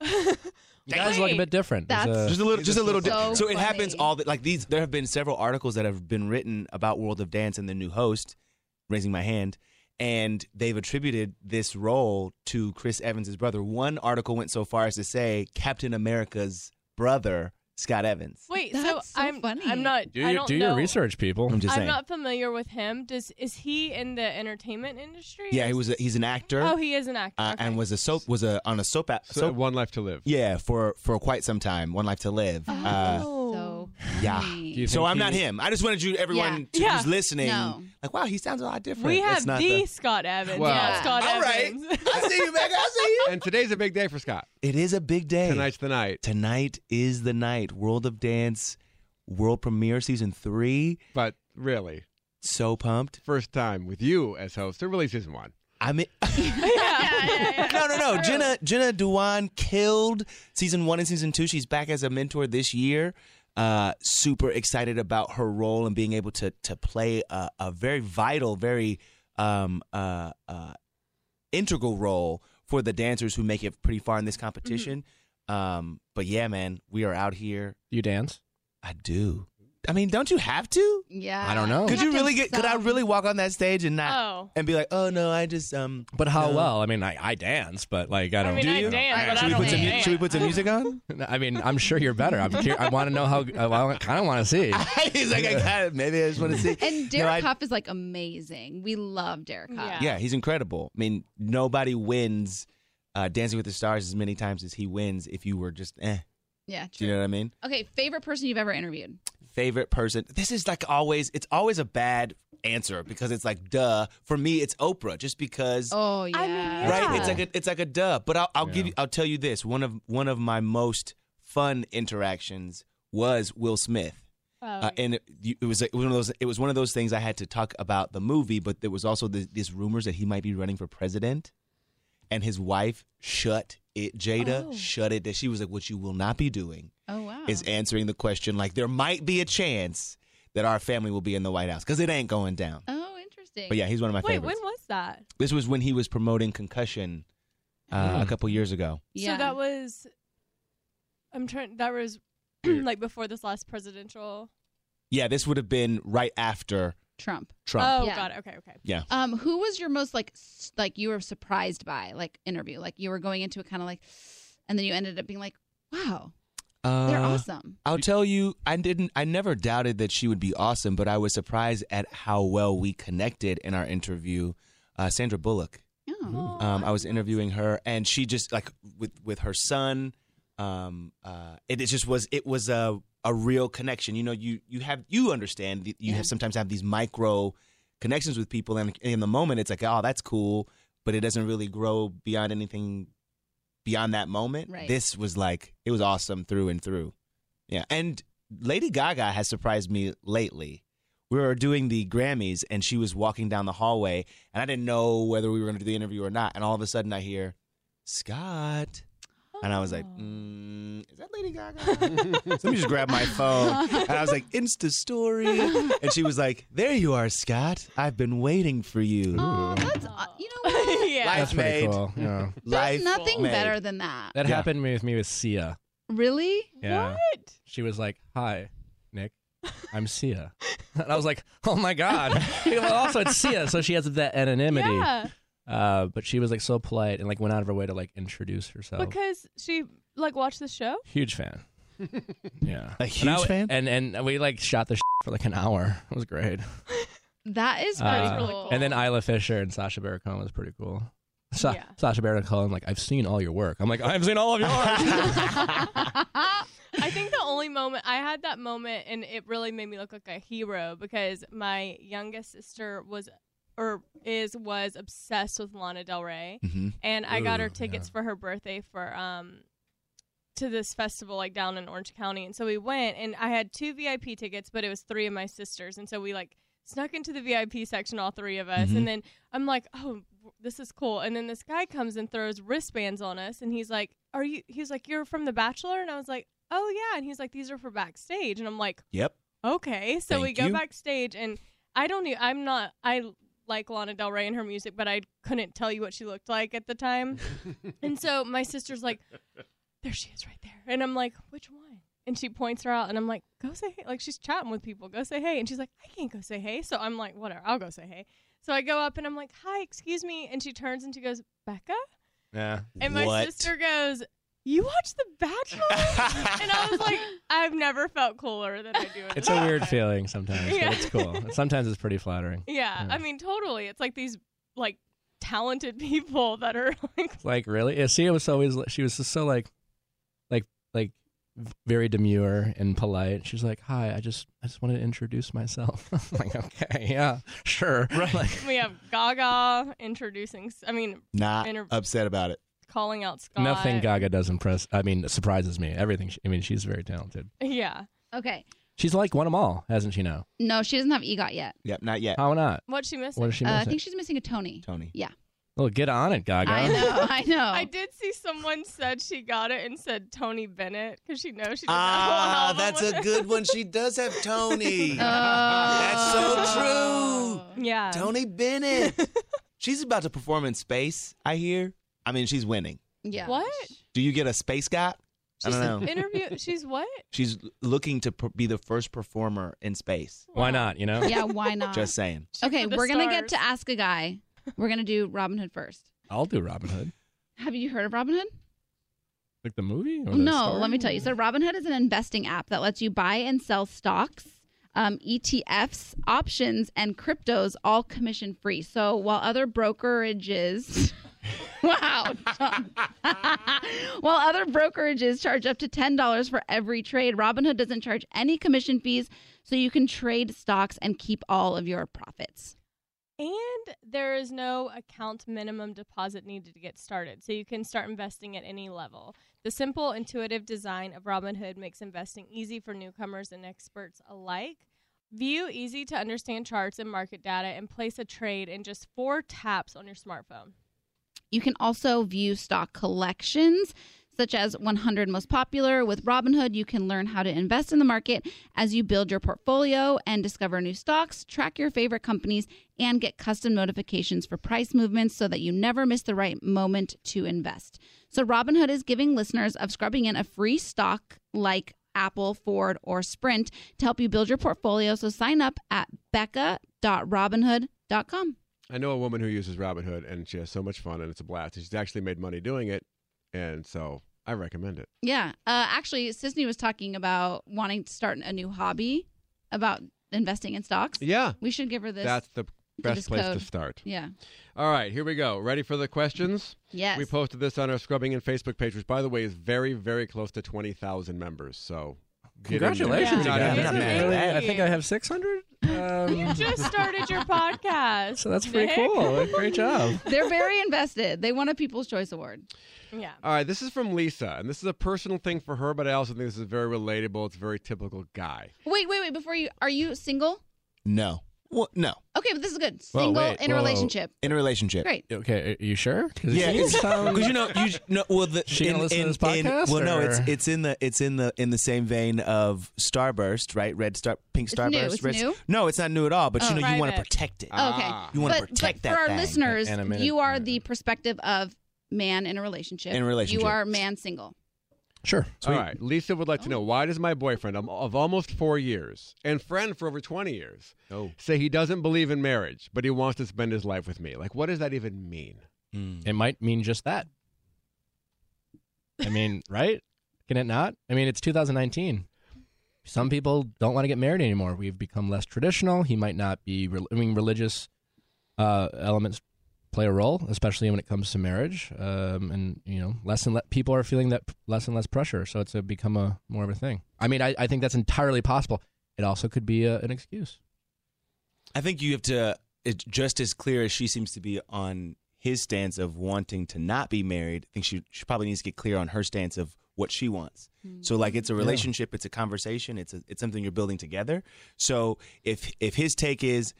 J: You guys look a bit different. There's
A: That's-
J: a-
K: Just a little, just a little.
A: so
K: di- so it
A: funny.
K: happens all the like these. There have been several articles that have been written about World of Dance and the new host, raising my hand, and they've attributed this role to Chris Evans' brother. One article went so far as to say Captain America's brother, Scott Evans.
B: Wait,
A: That's so
B: I'm
A: funny.
B: I'm not.
J: do
B: I
J: your,
B: don't
J: do your
B: know.
J: research, people.
K: I'm just
B: I'm
K: saying.
B: not familiar with him. Does is he in the entertainment industry?
K: yeah, he was. A, he's an actor.
B: Oh, he is an actor.
K: uh,
B: okay.
K: and was a soap was a on a soap a-
H: So,
K: soap.
H: one life to live.
K: Yeah, for for quite some time. One life to live.
B: Oh.
K: Uh,
A: so
K: yeah.
A: funny.
J: Do you
K: so
J: think
K: I'm not
J: he-
K: him. I just wanted you, everyone to,
B: Yeah.
K: who's listening,
A: No.
K: like, wow, he sounds a lot different.
B: we
K: That's
B: have the,
K: not the-
B: Scott Evans.
H: Wow.
B: not
A: Yeah.
B: Scott
K: All right.
B: Evans.
K: I see you, Megan. I see you.
H: And today's a big day for Scott.
K: It is a big day.
H: Tonight's the night.
K: Tonight is the night. World of Dance world premiere season three.
H: But really,
K: So pumped.
H: first time with you as host. They're really season one.
K: I'm. In-
B: yeah.
K: no, no, no. Jenna Jenna Dewan killed season one and season two. She's back as a mentor this year. Uh, super excited about her role and being able to to play a, a very vital, very um, uh, uh, integral role for the dancers who make it pretty far in this Mm-hmm. competition. Um, but yeah, man, we are out here.
J: You dance?
K: I do. I mean, don't you have to?
A: Yeah.
K: Could you
A: have to
K: really get? Could I
A: some.
K: really walk on that stage and not and be like, oh no, I just um.
J: But how
K: no.
J: well? I mean, I, I dance, but like I don't.
K: mean,
J: do
K: I
J: you?
K: dance, but I Should we don't put some mu- dance. should we put some music on?
J: I mean, I'm sure you're better. I'm cur- I want to know how. uh, I kind of want to see.
K: He's like, I got it. Maybe I just want to see.
A: And
K: No, I-
A: Derek Hoff is like amazing. We love Derek Hoff.
K: Yeah, he's incredible. I mean, nobody wins uh, Dancing with the Stars as many times as he wins if you were just eh.
A: Yeah,
K: Do you know what I mean?
A: Okay, favorite person you've ever interviewed?
K: Favorite person. This is like always. It's always a bad answer because it's like duh. For me, it's Oprah, just because.
A: Oh yeah.
K: Right? It's like a it's like a duh. But I'll, I'll give you I'll tell you this. One of one of my most fun interactions was Will Smith.
A: Oh.
K: Uh, and it, you- it was like one of those. It was one of those things I had to talk about the movie, but there was also this, this rumors that he might be running for president, and his wife shut it. Jada
A: Oh.
K: shut it. That she was like, "What you will not be doing
A: Oh wow.
K: is answering the question like there might be a chance that our family will be in the White House because it ain't going down."
A: oh, interesting.
K: But yeah, he's one of my
B: Wait,
K: favorites.
B: when was that?
K: This was when he was promoting Concussion uh,
A: Oh.
K: a couple years ago.
B: So that was. I'm trying. That was like before this last presidential
K: Yeah, this would have been right after
A: Trump.
K: Trump.
B: Oh
A: Yeah.
B: God. Okay. Okay.
K: Yeah.
A: Um, who was your most like s- like you were surprised by like interview? Like you were going into it kind of like, and then you ended up being like, wow, they're
K: Uh,
A: awesome.
K: I'll tell you, I didn't. I never doubted that she would be awesome, but I was surprised at how well we connected in our interview. Uh, Sandra Bullock.
A: Oh.
K: Um, I was interviewing her, and she just like with with her son. Um, uh, it, it just was. It was a a real connection. You know, you you have you understand. that You have sometimes have these micro connections with people, and in the moment, it's like, oh, that's cool, but it doesn't really grow beyond anything beyond that moment.
A: Right.
K: This was like it was awesome through and through. Yeah, and Lady Gaga has surprised me lately. We were doing the Grammys, and she was walking down the hallway, and I didn't know whether we were going to do the interview or not. And all of a sudden, I hear Scott, and I was like,
A: Oh.
K: mm, "Is that Lady Gaga?" Let me just grab my phone, and I was like, "Insta story," and she was like, "There you are, Scott. I've been waiting for you."
A: That's aw- you know what?
B: yeah.
K: Life
J: That's pretty
K: made.
J: cool. Yeah.
K: Life
A: There's nothing
K: made.
A: better than that.
J: That
K: Yeah.
J: happened with me with Sia.
A: Really?
J: Yeah.
B: What?
J: She was like, "Hi, Nick, I'm Sia," and I was like, "Oh my god!" well, also, it's Sia, so she has that anonymity.
B: Yeah.
J: Uh, but she was like so polite and like went out of her way to like introduce herself.
B: Because she like watched the show.
J: Huge fan. yeah.
K: A
J: and I
K: huge
J: w-
K: fan?
J: And and we like shot the shit for like an hour. It was great.
A: That is pretty
J: Uh,
A: cool.
J: And then Isla Fisher and Sasha Baron Cohen was pretty cool. Sa-
B: Yeah.
J: Sasha Baron Cohen, like I've seen all your work. I'm like I've seen all of yours.
B: I think the only moment I had that moment and it really made me look like a hero because my youngest sister was or is was obsessed with Lana Del Rey
K: Mhm.
B: and I got her
J: Ooh,
B: tickets
J: yeah.
B: for her birthday for um to this festival like down in Orange County and so we went and I had two VIP tickets but it was three of my sisters and so we like snuck into the VIP section all three of us and then I'm like oh this is cool and then this guy comes and throws wristbands on us and he's like are you he's like you're from the bachelor and I was like oh yeah and he's like these are for backstage and I'm like
K: Yep.
B: Okay, so we
K: Thank
B: go
K: you.
B: backstage, and I don't. e- I'm not. I like Lana Del Rey and her music, but I couldn't tell you what she looked like at the time. and so my sister's like, "There she is, right there," and I'm like, "Which one?" And she points her out, and I'm like, "Go say hey!" Like she's chatting with people. Go say hey, and she's like, "I can't go say hey," so I'm like, "Whatever, I'll go say hey." So I go up and I'm like, "Hi, excuse me," and she turns and she goes, "Becca,"
J: yeah.
B: and my
K: What?
B: sister goes. You watch The Bachelor? and I was like, I've never felt cooler than I do. at
J: It's
B: this
J: a weird
B: moment.
J: feeling sometimes,
B: Yeah.
J: but it's cool. Sometimes it's pretty flattering.
B: Yeah, I mean, totally. It's like these like talented people that are like,
J: Like really, yeah, Sia was always she was just so like, like like v- very demure and polite. She's like, "Hi, I just I just wanted to introduce myself." I'm like, okay, yeah, sure. Right. Like,
B: we have Gaga introducing. I mean,
K: Not
B: Inter-
K: upset about it.
B: calling out Scott.
J: nothing Gaga does impress. I mean, surprises me. Everything. She, I mean, she's very talented.
B: Yeah.
A: okay.
J: She's like one of them all, hasn't she? Now,
A: No, she doesn't have EGOT yet.
K: Yep, not yet.
J: how not?
B: What she missed.
J: What is she
A: Uh,
J: missing?
A: I think she's missing a Tony.
K: Tony.
A: Yeah.
J: well, get on it, Gaga.
A: I know. I know.
B: I did see someone said she got it and said Tony Bennett because she knows she. does
K: Ah,
B: that
K: that's
B: whole album
K: a
B: with
K: good one. She does have Tony. That's so
A: Oh.
K: true.
B: it. Yeah.
K: Tony Bennett. She's about to perform in space, I hear. I mean, she's winning.
A: Yeah.
B: What?
K: Do you get a space guy? I
B: She's
K: don't know.
B: Interview. She's what?
K: She's looking to per- be the first performer in space.
J: Why not? You know?
A: Yeah, why not?
K: Just saying.
A: Okay,
B: for the
A: we're gonna get to
B: stars.
A: ask a guy. We're gonna do Robin Hood first.
J: I'll do Robin Hood.
A: Have you heard of Robin Hood?
J: Like the movie? Or the
A: No,
J: story?
A: let me tell you. So Robinhood is an investing app that lets you buy and sell stocks, um, ETFs, options, and cryptos, all commission free. So while other brokerages, wow, John. while other brokerages charge up to ten dollars for every trade, Robinhood doesn't charge any commission fees, so you can trade stocks and keep all of your profits.
B: And there is no account minimum deposit needed to get started, so you can start investing at any level. The simple, intuitive design of Robinhood makes investing easy for newcomers and experts alike. View easy to understand charts and market data and place a trade in just four taps on your smartphone.
A: You can also view stock collections such as 100 most popular with Robinhood. You can learn how to invest in the market as you build your portfolio and discover new stocks, track your favorite companies, and get custom notifications for price movements so that you never miss the right moment to invest. So Robinhood is giving listeners of Scrubbing In a free stock like Apple, Ford, or Sprint to help you build your portfolio. So sign up at becca.robinhood.com.
H: I know a woman who uses Robinhood, and she has so much fun, and it's a blast. She's actually made money doing it, and so I recommend it.
A: Yeah. Uh, actually, Sisney was talking about wanting to start a new hobby about investing in stocks.
H: Yeah.
A: We should give her this.
H: That's the
A: this
H: best place
A: code.
H: to start.
A: Yeah.
H: All right, here we go. Ready for the questions?
A: Yes.
H: We posted this on our Scrubbing and Facebook page, which, by the way, is very, very close to 20,000 members. So, get in there.
J: Congratulations,
H: It's not
J: you guys.
H: easy.
B: Yeah.
J: I think I have 600.
B: You
J: Um,
B: just started your podcast.
J: so that's pretty
B: Nick.
J: cool. Great job.
A: They're very invested. They won a People's Choice Award.
B: Yeah.
H: All right, this is from Lisa, and this is a personal thing for her, but I also think this is very relatable. It's a very typical guy.
A: Wait, wait, wait. Before you, are you single?
K: No. What? No.
A: Okay, but this is good.
J: Whoa,
A: Single
J: wait,
A: in a
J: whoa.
A: relationship.
K: In a relationship.
A: Great.
J: Okay, are you sure? 'Cause
K: Yeah,
J: it
K: because
J: sounds-
K: you know, you no, well, the,
J: She gonna listen to this podcast,
K: well, no, it's
J: or-
K: it's in the it's in the in the same vein of Starburst, right? Red Star, Pink
A: It's new,
K: Starburst.
A: it's
K: Red-
A: new?
K: No, it's not new at all. But
B: Oh.
K: you know, you want to
B: Private.
K: protect it.
A: Oh, Okay.
K: You wanna
A: but, but
K: protect that
A: for our
K: thing.
A: listeners,
J: And Ah. a minute-
A: you are the perspective of man in a relationship.
K: In a
A: You
K: relationship.
A: are man single.
J: Sure.
K: Sweet.
H: All right, Lisa would like to know why does my boyfriend of- of almost four years and friend for over 20 years
K: Oh.
H: say he doesn't believe in marriage, but he wants to spend his life with me? Like, what does that even mean?
J: Mm. It might mean just that. I mean, right? Can it not? I mean, it's 2019. Some people don't want to get married anymore. We've become less traditional. He might not be. Re- I mean, religious uh, elements play a role, especially when it comes to marriage. Um, and you know, less and less people are feeling that p- less and less pressure. So it's a, become a more of a thing. I mean, I, I think that's entirely possible. It also could be a, an excuse.
K: I think you have to. It's just as clear as she seems to be on his stance of wanting to not be married. I think she she probably needs to get clear on her stance of what she wants. So like it's a relationship, it's a conversation, it's a, it's something you're building together. So if if his take is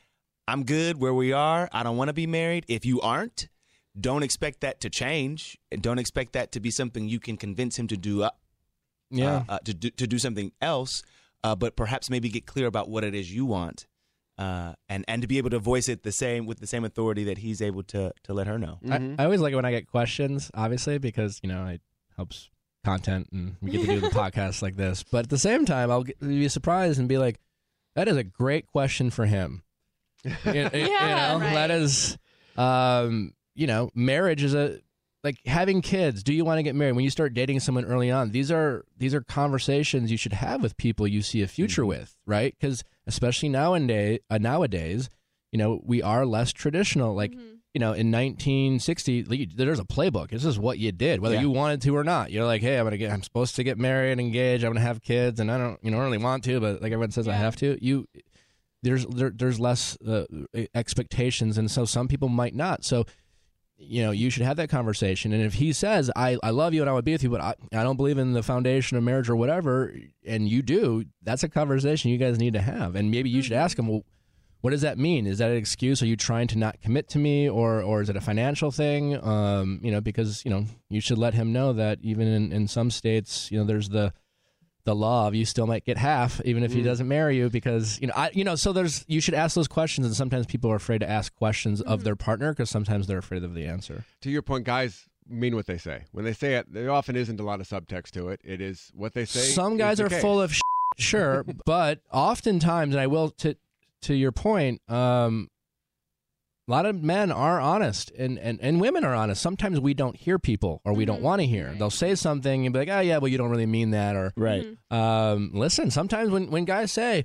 K: I'm good where we are, I don't want to be married. If you aren't, don't expect that to change, and don't expect that to be something you can convince him to do uh,
J: Yeah.
K: uh, uh, to do, to do something else, uh, but perhaps maybe get clear about what it is you want, uh, and and to be able to voice it the same with the same authority that he's able to to let her know.
J: I, I always like it when I get questions, obviously, because you know it helps content and we get to do the podcast like this. But at the same time, I'll get, be surprised and be like, "That is a great question for him." You- you- you
B: Yeah,
J: know,
B: right.
J: that is, um, you know, marriage is a like having kids. Do you want to get married? When you start dating someone early on, these are these are conversations you should have with people you see a future with, right? Because especially nowadays, uh, nowadays, you know, we are less traditional. Like,
B: Mm-hmm.
J: you know, in 1960, like, you- there's a playbook. This is what you did, whether
K: Yeah.
J: you wanted to or not. You're like, hey, I'm gonna get, I'm supposed to get married, engaged, I'm gonna have kids, and I don't, you know, really want to, but like everyone says, I
B: Yeah.
J: have to. You, there's there, there's less uh, expectations, and so some people might not. So, you know, you should have that conversation. And if he says, I, I love you and I would be with you, but I, I don't believe in the foundation of marriage or whatever, and you do, that's a conversation you guys need to have. And maybe you should ask him, well, what does that mean? Is that an excuse? Are you trying to not commit to me, or or is it a financial thing? Um, you know, because you know you should let him know that even in, in some states, you know, there's the the law of you still might get half even if he doesn't marry you because you know I you know so there's you should ask those questions and sometimes people are afraid to ask questions of their partner because sometimes they're afraid of the answer.
H: To your point, guys mean what they say. When they say it, there often isn't a lot of subtext to it. It is what they say.
J: Some guys are full of sure, but oftentimes, and I will to to your point, um, a lot of men are honest, and, and and women are honest. Sometimes we don't hear people, or we don't
B: Mm-hmm.
J: want to hear. They'll say something and be like, "Oh yeah, well you don't really mean that," or
K: right.
B: Mm-hmm.
J: Um, listen, sometimes when when guys say,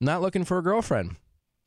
J: "Not looking for a girlfriend,"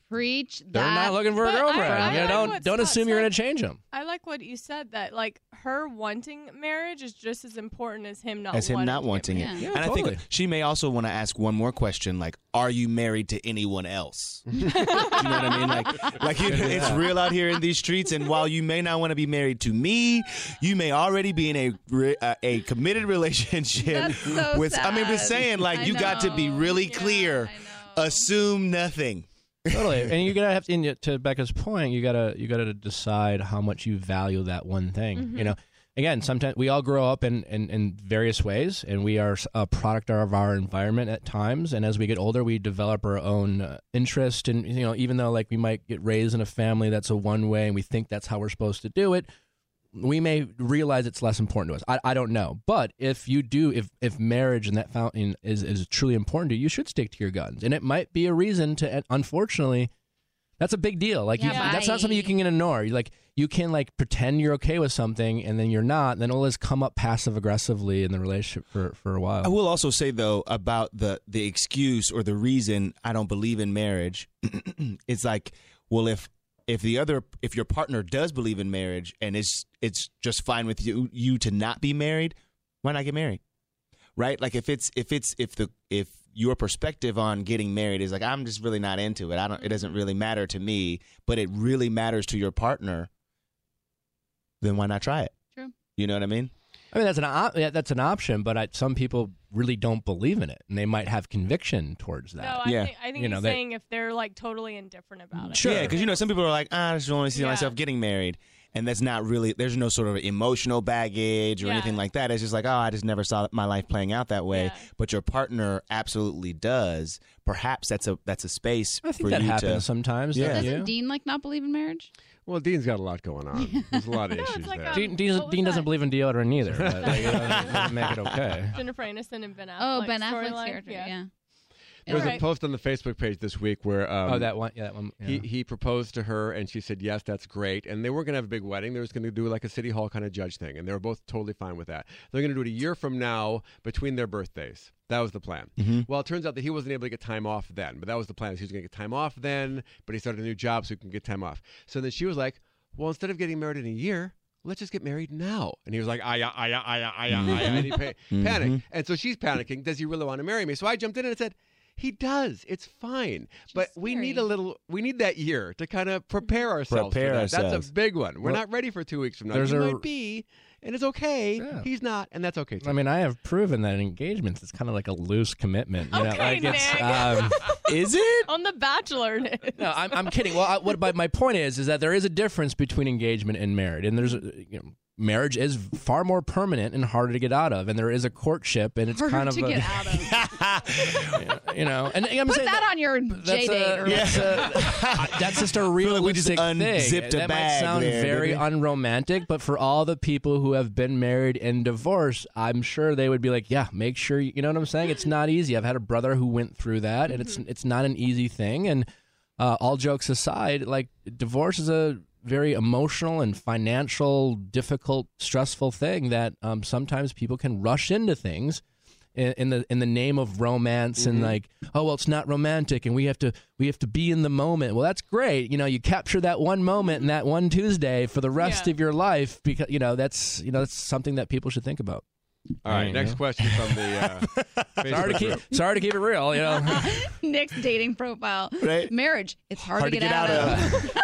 A: Preach that.
J: they're not looking for a
B: But I-
J: girlfriend.
B: I
J: You
B: like
J: know,
B: what
J: don't don't
B: Scott
J: assume you're
B: said.
J: going to change them.
B: I like what you said that like her wanting marriage is just as important as him not
K: as him
B: wanting
K: not wanting it.
B: married. Yeah.
K: and
B: Yeah,
K: I
B: totally.
K: think she may also want to ask one more question, like, "Are you married to anyone else?" you know what I mean? Like, like you know, it's real out here in these streets. And while you may not want to be married to me, you may already be in a re- uh, a committed relationship
L: That's so
K: with. I mean, just
L: sad.
K: saying, like,
L: I
K: you got to be really clear. Assume nothing.
J: totally and you gotta have to, and to becca's point you gotta you gotta decide how much you value that one thing you
B: Mm-hmm.
M: Mhm.
J: know again sometimes we all grow up in, in in various ways and we are a product of our environment at times and as we get older we develop our own uh, interest and you know even though like we might get raised in a family that's a one way and we think that's how we're supposed to do it we may realize it's less important to us. I, I don't know, but if you do, if if marriage and that fountain is is truly important to you, you should stick to your guns, and it might be a reason to. And unfortunately, that's a big deal. Like you,
M: Yeah,
J: that's not something you can ignore. You, Like you can like pretend you're okay with something, and then you're not. Then it'll just come up passive aggressively in the relationship for for a while.
K: I will also say though about the the excuse or the reason I don't believe in marriage. it's like, well, if if the other if your partner does believe in marriage and it's it's just fine with you you to not be married, why not get married? Right? Like if it's if it's if the if your perspective on getting married is like I'm just really not into it. I don't it doesn't really matter to me, but it really matters to your partner. Then why not try it?
A: True.
K: You know what I mean?
J: I mean that's an op- yeah, that's an option, but I, some people really don't believe in it, and they might have conviction towards that.
B: No, I think I think
J: you
B: he's
J: know, they-
B: saying if they're like totally indifferent about it.
K: Yeah, because you know some people are like, ah, I just want to see
B: Yeah.
K: myself getting married, and that's not really. There's no sort of emotional baggage or
B: Yeah.
K: anything like that. It's just like, oh, I just never saw my life playing out that way. But your partner absolutely does. Perhaps that's a that's a space
A: I think
K: for
J: that
K: you to.
J: happens sometimes,
K: Yeah.
A: Doesn't Dean like not believe in marriage?
H: Well, Dean's got a lot going on. There's a lot of issues there.
B: um,
J: Dean, Dean, Dean doesn't believe in deodorant either. But, like, you know, doesn't make it okay.
B: Jennifer Aniston and Ben Affleck.
A: Oh, Ben Affleck's
B: storyline.
A: character, yeah.
H: There was
B: Alright.
H: a post on the Facebook page this week where um,
J: Oh, that one- yeah, that one,
H: He,
J: yeah.
H: he proposed to her, and she said yes, that's great. And they weren't gonna have a big wedding. They were just gonna do like a city hall kind of judge thing, and they were both totally fine with that. They're gonna do it a year from now between their birthdays. That was the plan.
J: Mm-hmm.
K: Mhm.
H: Well, it turns out that he wasn't able to get time off then, but that was the plan. is He was gonna get time off then, but he started a new job so he can get time off. So then she was like, "Well, instead of getting married in a year." Let's just get married now. And he was like, I, I, I, I, I, and he pa-
J: Mm-hmm.
K: Mhm.
H: panicked. And so she's panicking. Does he really want to marry me? So I jumped in and said, he does. It's fine. but we need a little, we need that year to kind of prepare ourselves. for
K: Prepare
H: that. That's
K: ourselves.
H: a big one. We're
J: Well,
H: not ready for two weeks from now.
J: there's
H: You
J: a-
H: might be, and it's okay. He's not, and that's okay. Too.
J: I mean, I have proven that engagements is kind of like a loose commitment. You know,
B: Okay,
J: like it's,
B: Nick.
J: um, is it?
B: On The Bachelor. It is.
J: No, I'm, I'm kidding. Well, I, what my, my point is is that there is a difference between engagement and marriage, and there's a, you know, marriage is far more permanent and harder to get out of, and there is a courtship, and it's
A: Harder
J: kind of
A: to
J: a,
A: get out of.
J: you know, and I'm
A: Put
J: saying
A: that, on your J
J: that's
A: date.
J: a-
A: or
J: that's a- that's just a realistic
K: we just
J: thing.
K: unzipped a
J: that might
K: bag
J: sound
K: there,
J: very
K: didn't we?
J: unromantic, but for all the people who have been married and divorced, I'm sure they would be like, "Yeah, make sure you, you know what I'm saying." It's not easy. I've had a brother who went through that, and
K: Mm-hmm.
J: it's it's not an easy thing. And uh, all jokes aside, like divorce is a very emotional and financial, difficult, stressful thing that um, sometimes people can rush into things in, in the in the name of romance and
H: Mm-hmm.
J: like oh well it's not romantic and we have to we have to be in the moment well that's great you know you capture that one moment and that one tuesday for the rest of your life because you know that's you know that's something that people should think about Mm-hmm.
H: All right, next question from the. Uh,
J: sorry to
H: Facebook
J: keep
H: group.
J: sorry to keep it real you know
A: Nick's dating profile.
J: Right.
A: Marriage. It's hard, to, get out, of.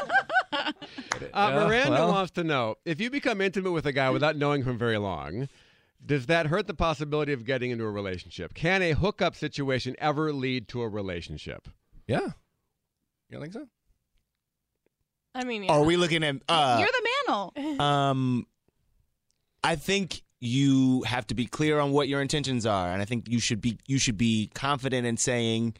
H: Uh,
J: Yeah,
H: Miranda
J: well.
H: wants to know if you become intimate with a guy without knowing him very long, does that hurt the possibility of getting into a relationship? Can a hookup situation ever lead to a relationship?
J: Yeah. You don't think so?
B: I mean,
K: Are we looking at? Uh,
A: You're the manel.
K: Um, I think you have to be clear on what your intentions are, and I think you should be you should be confident in saying,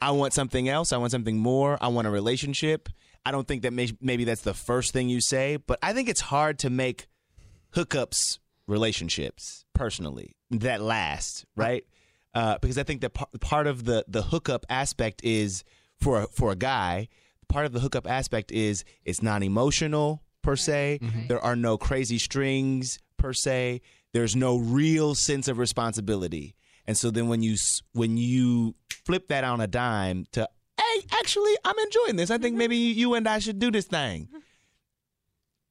K: "I want something else. I want something more. I want a relationship." I don't think that may- maybe that's the first thing you say, but I think it's hard to make hookups, relationships, personally, that last, right? Uh, because I think that par- part of the the hookup aspect is for a, for a guy, part of the hookup aspect is it's non emotional per se. There are no crazy strings per se. There's no real sense of responsibility. And so then when you s- when you flip that on a dime to hey, actually I'm enjoying this. I think maybe you and I should do this thing.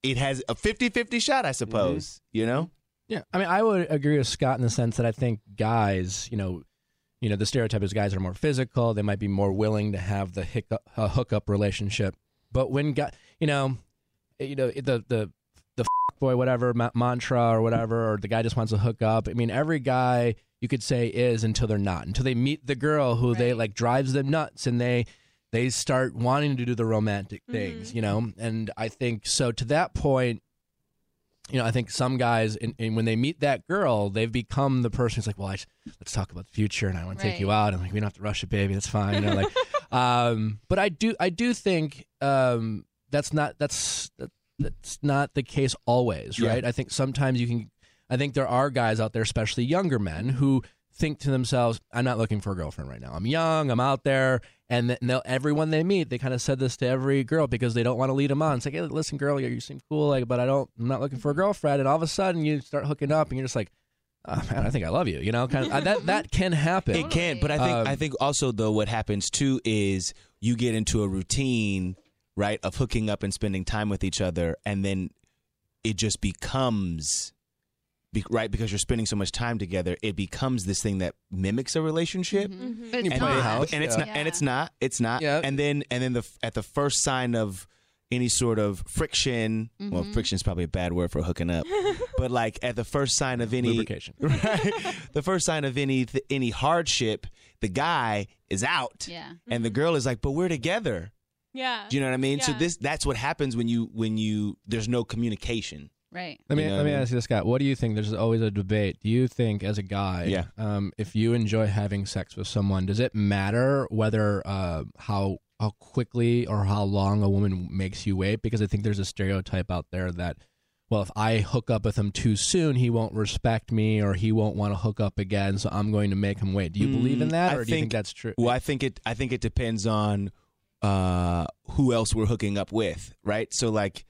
K: It has a 50-50 shot, I suppose, you know?
J: Yeah, I mean, I would agree with Scott in the sense that I think guys, you know, you know, the stereotype is guys are more physical. They might be more willing to have the hiccup, uh, hookup relationship. But when guy, you know, eh, you know the the the f- boy whatever ma- mantra or whatever, or the guy just wants to hook up. I mean, every guy you could say is until they're not, until they meet the girl who they like drives them nuts, and they they start wanting to do the romantic things, you know. And I think so. To that point, you know, I think some guys, and, and when they meet that girl, they've become the person who's like, "Well, I, just- let's talk about the future, and I want to take you
L: Right.
J: out, and like we don't have to rush it, baby. That's fine." You know, like, um, but I do, I do think um, that's not that's that, that's not the case always,
L: Yeah.
J: right? I think sometimes you can. I think there are guys out there, especially younger men, who think to themselves, "I'm not looking for a girlfriend right now. I'm young. I'm out there." And th- and they'll, everyone they meet, they kind of said this to every girl because they don't want to lead them on. It's like, "Hey, listen, girl, you, you seem cool, like, but I don't. I'm not looking for a girlfriend." And all of a sudden, you start hooking up, and you're just like, "Oh man, I think I love you." You know, kind of that that can happen. Um,
K: It can, but I think I think also though what happens too is you get into a routine, right, of hooking up and spending time with each other, and then it just becomes, be, right, because you're spending so much time together, it becomes this thing that mimics a relationship.
A: But it's
K: and,
A: not.
K: they- and it's not, and it's not, it's not. And then, and then the at the first sign of any sort of friction, well,
A: Mhm.
K: friction's probably a bad word for hooking up, but like at the first sign of any
J: Lubrication.
K: right? the first sign of any th- any hardship, the guy is out,
A: Yeah.
K: and the girl is like, "But we're together."
B: Yeah.
K: Do you know what I mean? So
B: Yeah.
K: this that's what happens when you when you there's no communication.
A: Right.
J: Let me
K: You know
J: let
K: what
J: me
K: I mean?
J: ask you this, Scott. What do you think? There's always a debate. Do you think, as a guy,
K: Yeah.
J: um, if you enjoy having sex with someone, does it matter whether uh, how how quickly or how long a woman makes you wait? Because I think there's a stereotype out there that, well, if I hook up with him too soon, he won't respect me or he won't want to hook up again, so I'm going to make him wait. Do you believe in
K: Mm,
J: that,
K: I
J: or do you think that's true?
K: Well, I think it I think it depends on uh who else we're hooking up with, right? So like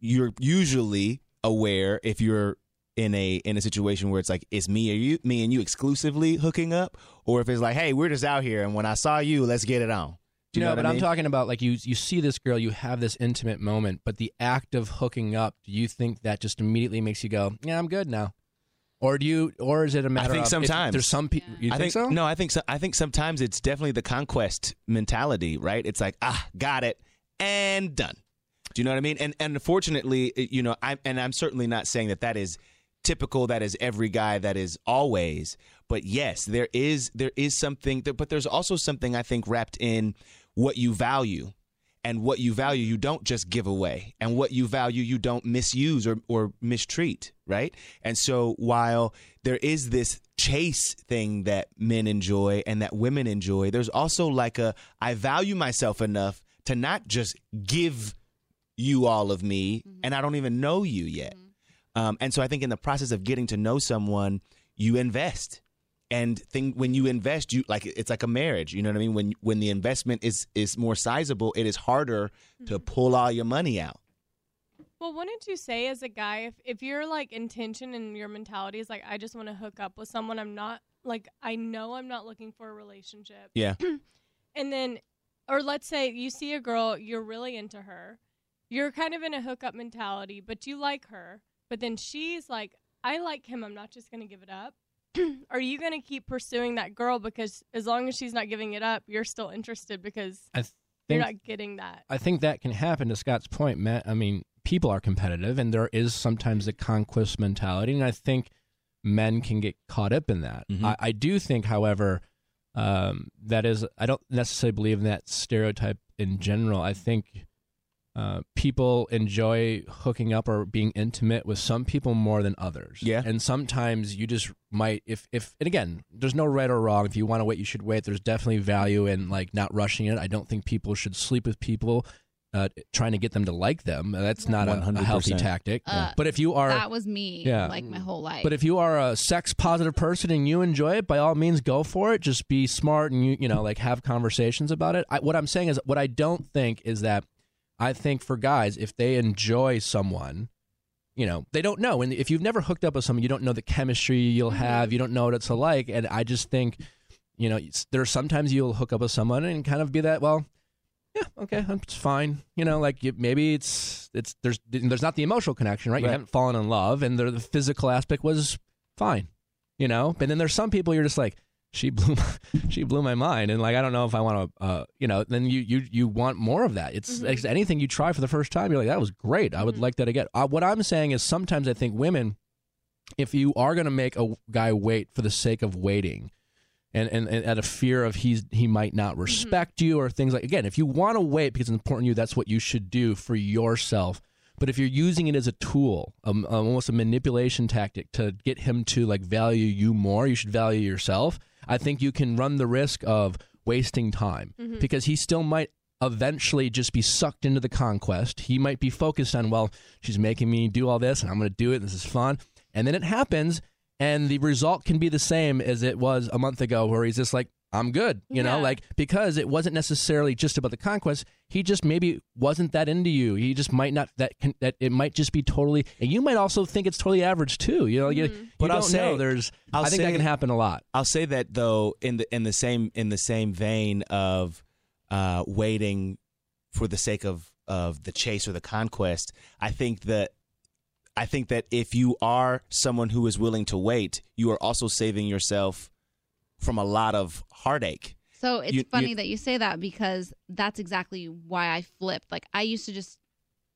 K: you're usually aware if you're in a in a situation where it's like it's me or you me and you exclusively hooking up or if it's like hey, we're just out here and when I saw you, let's get it on. Do you
J: no,
K: know what
J: but
K: I
J: am
K: mean?
J: talking about like you you see this girl, you have this intimate moment, but the act of hooking up, do you think that just immediately makes you go, "Yeah, I'm good now," or do you, or is it a matter?
K: I think
J: of if
K: sometimes
J: there's some people. You
K: I
J: think, so?
K: No, I think so, I think sometimes it's definitely the conquest mentality, right? It's like ah, got it and done. Do you know what I mean? And and unfortunately, it- you know, I and I'm certainly not saying that that is typical. That is every guy. That is always. But yes, there is there is something. That, but there's also something I think wrapped in what you value. And what you value, you don't just give away. And what you value, you don't misuse or, or mistreat, right? And so while there is this chase thing that men enjoy and that women enjoy, there's also like a I value myself enough to not just give you all of me and I don't even know you yet. Um, and so I think in the process of getting to know someone, you invest. And thing when you invest, you like it's like a marriage. You know what I mean? When when the investment is is more sizable, it is harder to pull all your money out.
B: Well, wouldn't you say as a guy, if, if your like intention and your mentality is like, I just want to hook up with someone, I'm not like, I know I'm not looking for a relationship.
K: Yeah.
B: And then, or let's say you see a girl, you're really into her, you're kind of in a hookup mentality, but you like her, but then she's like, I like him, I'm not just going to give it up. Are you going to keep pursuing that girl because as long as she's not giving it up, you're still interested because
J: I th-
B: you're
J: think-
B: not getting that.
J: I think that can happen. To Scott's point, Matt, I mean, people are competitive, and there is sometimes a conquest mentality, and I think men can get caught up in that.
K: Mm-hmm.
J: I, I do think, however, um, that is, I don't necessarily believe in that stereotype in general. I think uh, people enjoy hooking up or being intimate with some people more than others. Yeah. And sometimes you just might if if and again, there's no right or wrong. If you want to wait, you should wait. There's definitely value in like not rushing it. I don't think people should sleep with people uh, trying to get them to like them. That's not a, a healthy
K: 100%.
J: tactic.
A: Uh,
J: but if you are,
A: that was me.
J: Yeah.
A: like my whole life.
J: but if you are a sex positive person and you enjoy it, by all means, go for it. Just be smart and you you know like have conversations about it. I, what I'm saying is, what I don't think is that I think for guys, if they enjoy someone, you know, they don't know. And if you've never hooked up with someone, you don't know the chemistry you'll have. You don't know what it's like. And I just think, you know, it's- there are sometimes you'll hook up with someone and kind of be that well. Yeah, okay, it's fine. You know, like you, maybe it's it's there's there's not the emotional connection, right? You
K: Right.
J: haven't fallen in love, and the, the physical aspect was fine, you know. But then there's some people you're just like, she blew my, she blew my mind, and like I don't know if I want to, uh, you know. Then you you you want more of that. It's it's anything you try for the first time, you're like, that was great. I would like that again. Uh, what I'm saying is sometimes I think women, if you are going to make a guy wait for the sake of waiting, and, and, and out of fear of he's he might not respect you or things like again if you want to wait because it's important to you that's what you should do for yourself but if you're using it as a tool um, um, almost a manipulation tactic to get him to like value you more you should value yourself i think you can run the risk of wasting time
L: Mhm.
J: because he still might eventually just be sucked into the conquest he might be focused on well she's making me do all this and i'm going to do it and this is fun and then it happens and the result can be the same as it was a month ago where he's just like i'm good you know
K: Yeah.
J: like because it wasn't necessarily just about the conquest he just maybe wasn't that into you he just might not that can, that it might just be totally and you might also think it's totally average too you know you,
A: Mm-hmm.
J: you
K: But I'll
J: don't
K: say-
J: know there's
K: I'll
J: i think
K: say-
J: that can happen a lot
K: I'll say that though in the in the same in the same vein of uh, waiting for the sake of of the chase or the conquest. I think that I think that if you are someone who is willing to wait, you are also saving yourself from a lot of heartache.
A: So it's
K: You-
A: funny
K: you-
A: that you say that because that's exactly why I flipped. Like I used to just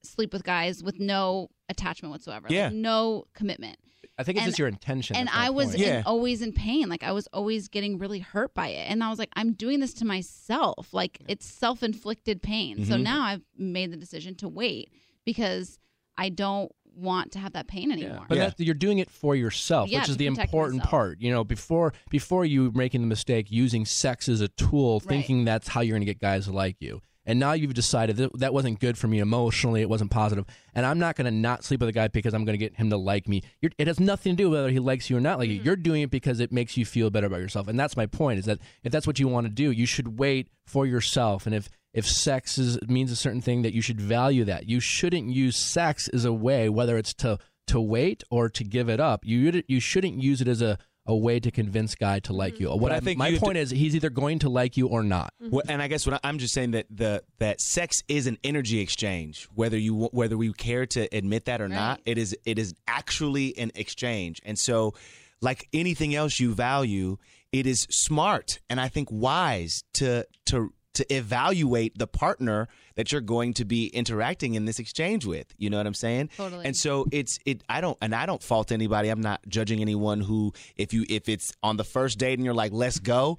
A: sleep with guys with no attachment whatsoever. like,
J: Yeah.
A: no commitment.
J: i think it's
A: And-
J: just your intention
A: And
J: at that
A: I was
J: point.
A: in, always in pain. Like I was always getting really hurt by it. And I was like, I'm doing this to myself. Like it's self inflicted pain. So
J: Mm-hmm.
M: Mhm.
A: now I've made the decision to wait because I don't want to have that pain anymore.
J: But that, you're doing it for yourself,
A: Yeah,
J: which is
A: to
J: the
A: protect
J: important
A: myself.
J: part. You know, before before you making the mistake using sex as a tool, thinking that's how you're going to get guys to like you. And now you've decided that, that wasn't good for me emotionally. It wasn't positive, and I'm not going to not sleep with a guy because I'm going to get him to like me. You're, it has nothing to do with whether he likes you or not like
A: Mm-hmm.
J: you. You're doing it because it makes you feel better about yourself, and that's my point. Is that if that's what you want to do, you should wait for yourself. And if if sex is means a certain thing, that you should value that. You shouldn't use sex as a way, whether it's to to wait or to give it up. You you shouldn't use it as a, a way to convince guy to like you. What
K: Mm-hmm. But I
J: I
K: think
J: think my
K: you-
J: point is, he's either going to like you or not.
K: Mm-hmm. Well, and I guess what I- I'm just saying that the that sex is an energy exchange. Whether you whether we care to admit that or not, it is it is actually an exchange. And so, like anything else you value, it is smart and I think wise to to to evaluate the partner that you're going to be interacting in this exchange with. You know what I'm saying?
N: Totally.
K: And so it's it I don't and I don't fault anybody. I'm not judging anyone who if you if it's on the first date and you're like, let's go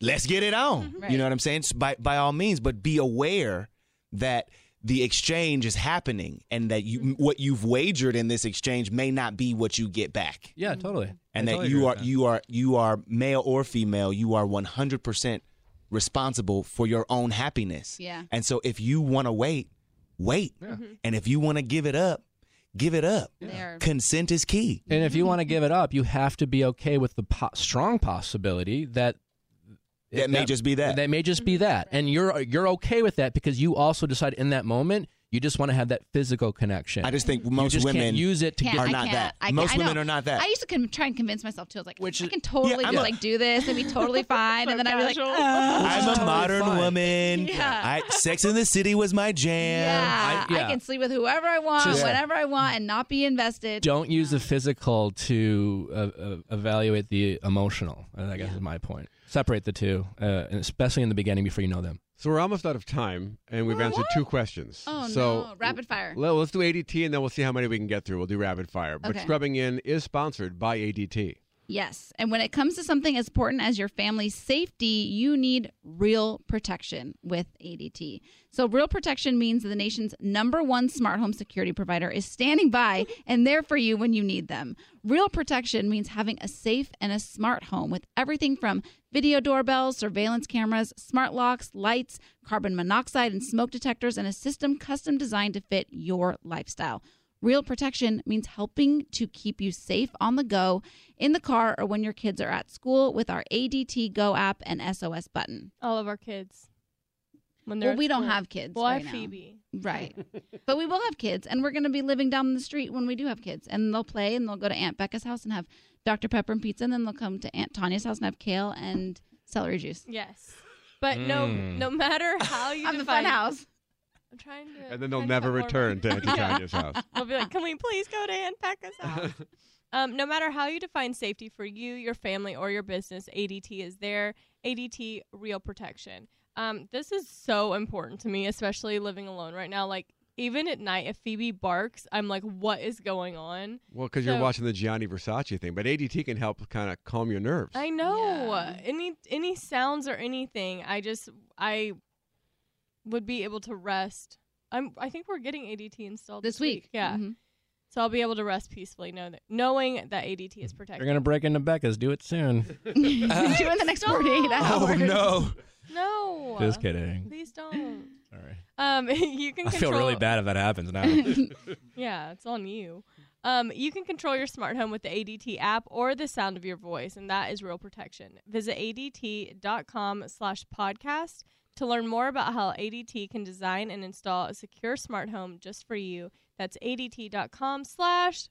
K: let's get it on.
N: Right.
K: You know what I'm saying? S- By by all means, but be aware that the exchange is happening and that you what you've wagered in this exchange may not be what you get back.
J: Yeah, totally.
K: And that you are you are you are male or female, you are 100% responsible for your own happiness.
A: Yeah.
K: And so if you want to wait, wait. And if you want to give it up, give it up. Consent is key.
J: And if you want to give it up, you have to be okay with the po- strong possibility that
K: That may just be that.
J: That may just be that, and you're you're okay with that because you also decide in that moment you just want to have that physical connection. I
K: just think
J: you
K: most
J: just can't
K: women
J: use it to
A: Can't-
J: get
A: I can't. I can't- I know. I used to con- try and convince myself too. I was like, I can totally
K: I'm
A: just
K: a-
A: like do this and be totally fine, and then I'd be like, "Oh." "Ugh."
K: I'm a modern woman.
A: Yeah.
K: I, Sex in the City was my jam.
A: Yeah, I can sleep with whoever I want,
J: Just-
A: whenever I want, and not be invested.
J: Don't use the physical to uh, uh, evaluate the emotional. I guess is my point. Separate the two, uh, and especially in the beginning before you know them.
H: So we're almost out of time, and we've answered two questions.
A: Oh
H: so
A: no, rapid fire.
H: Well, let's do ADT and then we'll see how many we can get through. We'll do rapid fire. But
A: Okay.
H: Scrubbing In is sponsored by ADT.
A: Yes. And when it comes to something as important as your family's safety, you need real protection with ADT. So, real protection means the nation's number one smart home security provider is standing by and there for you when you need them. Real protection means having a safe and a smart home with everything from video doorbells, surveillance cameras, smart locks, lights, carbon monoxide and smoke detectors, and a system custom designed to fit your lifestyle. Real protection means helping to keep you safe on the go, in the car, or when your kids are at school with our ADT Go app and SOS button.
B: All of our kids. When they're
A: Well,
B: at
A: we don't
B: school.
A: have kids.
B: Well, I
A: right
B: have
A: now.
B: Phoebe.
A: Right. but we will have kids, and we're going to be living down the street when we do have kids. And they'll play, and they'll go to Aunt Becca's house and have Dr. Pepper and pizza, and then they'll come to Aunt Tanya's house and have kale and celery juice.
B: Yes. But no,
H: Mm.
B: no matter how you
A: I'm the
B: define
A: fun house.
B: I'm trying to.
H: And then they'll
B: trying to
H: never
B: put more
H: return to
B: money.
H: Auntie
B: Yeah.
H: Tanya's house.
B: They'll be like, "Can we please go to Aunt Becca's house?" um, no matter how you define safety for you, your family, or your business, ADT is there. ADT Real Protection. Um, this is so important to me, especially living alone right now. Like even at night, if Phoebe barks, I'm like, "What is going on?"
H: Well, because you're
B: So-
H: watching the Gianni Versace thing, but ADT can help kind of calm your nerves.
B: I know. Any any sounds or anything, I just I would be able to rest. I'm I think we're getting ADT installed
A: This
B: this week.
A: week.
B: Yeah.
A: Mhm.
B: So I'll be able to rest peacefully know that, knowing that ADT is protected.
J: You're gonna break into Becca's. Do it soon.
A: Do in the next 48 hours.
B: No.
J: Oh, Just kidding.
B: Please don't.
J: Sorry.
B: Um you can
J: I feel
B: control
J: really bad if that happens now.
B: yeah, it's on you. Um, you can control your smart home with the ADT app or the sound of your voice, and that is real protection. Visit ADT.com slash podcast to learn more about how ADT can design and install a secure smart home just for you. That's ADT.com slash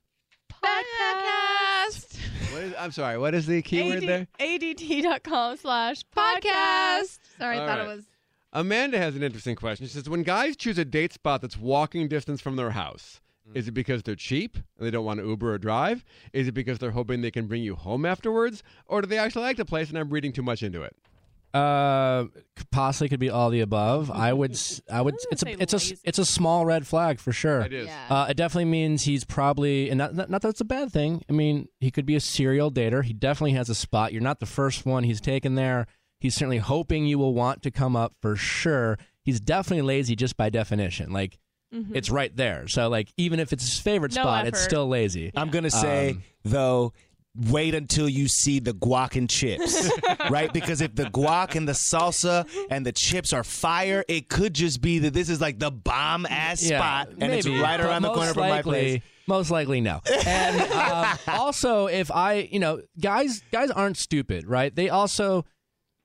B: podcast.
H: What is, I'm sorry. What is the keyword
B: AD
H: there?
B: ADT.com slash podcast.
A: Sorry,
H: All thought it right. was- Amanda has an interesting question. She says, "When guys choose a date spot that's walking distance from their house, is it
J: Mm.
H: because they're cheap and they don't want to Uber or drive? Is it because they're hoping they can bring you home afterwards, or do they actually like the place and I'm reading too much into it?"
J: Uh, c- possibly could be all the above. I would. s- I would. It's
B: say
J: a. It's a. s- It's a small red flag for sure.
H: It is. Yeah.
J: Uh, it definitely means he's probably, and not, not, not that it's a bad thing. I mean, he could be a serial dater. He definitely has a spot. You're not the first one he's taken there. He's certainly hoping you will want to come up for sure. He's definitely lazy just by definition. Like,
B: Mhm.
J: it's right there. So, like, even if it's his favorite
B: No
J: spot, it's
B: effort.
J: still lazy.
K: I'm gonna say
J: Um,
K: though, wait until you see the guac and chips, right? Because if the guac and the salsa and the chips are fire, it could just be that this is like the bomb ass
J: Yeah,
K: spot, and it's
J: maybe,
K: right
J: but
K: around the
J: most
K: corner from my
J: likely-
K: place.
J: Most likely, no. And um, also, if I, you know, guys, guys aren't stupid, right? They also,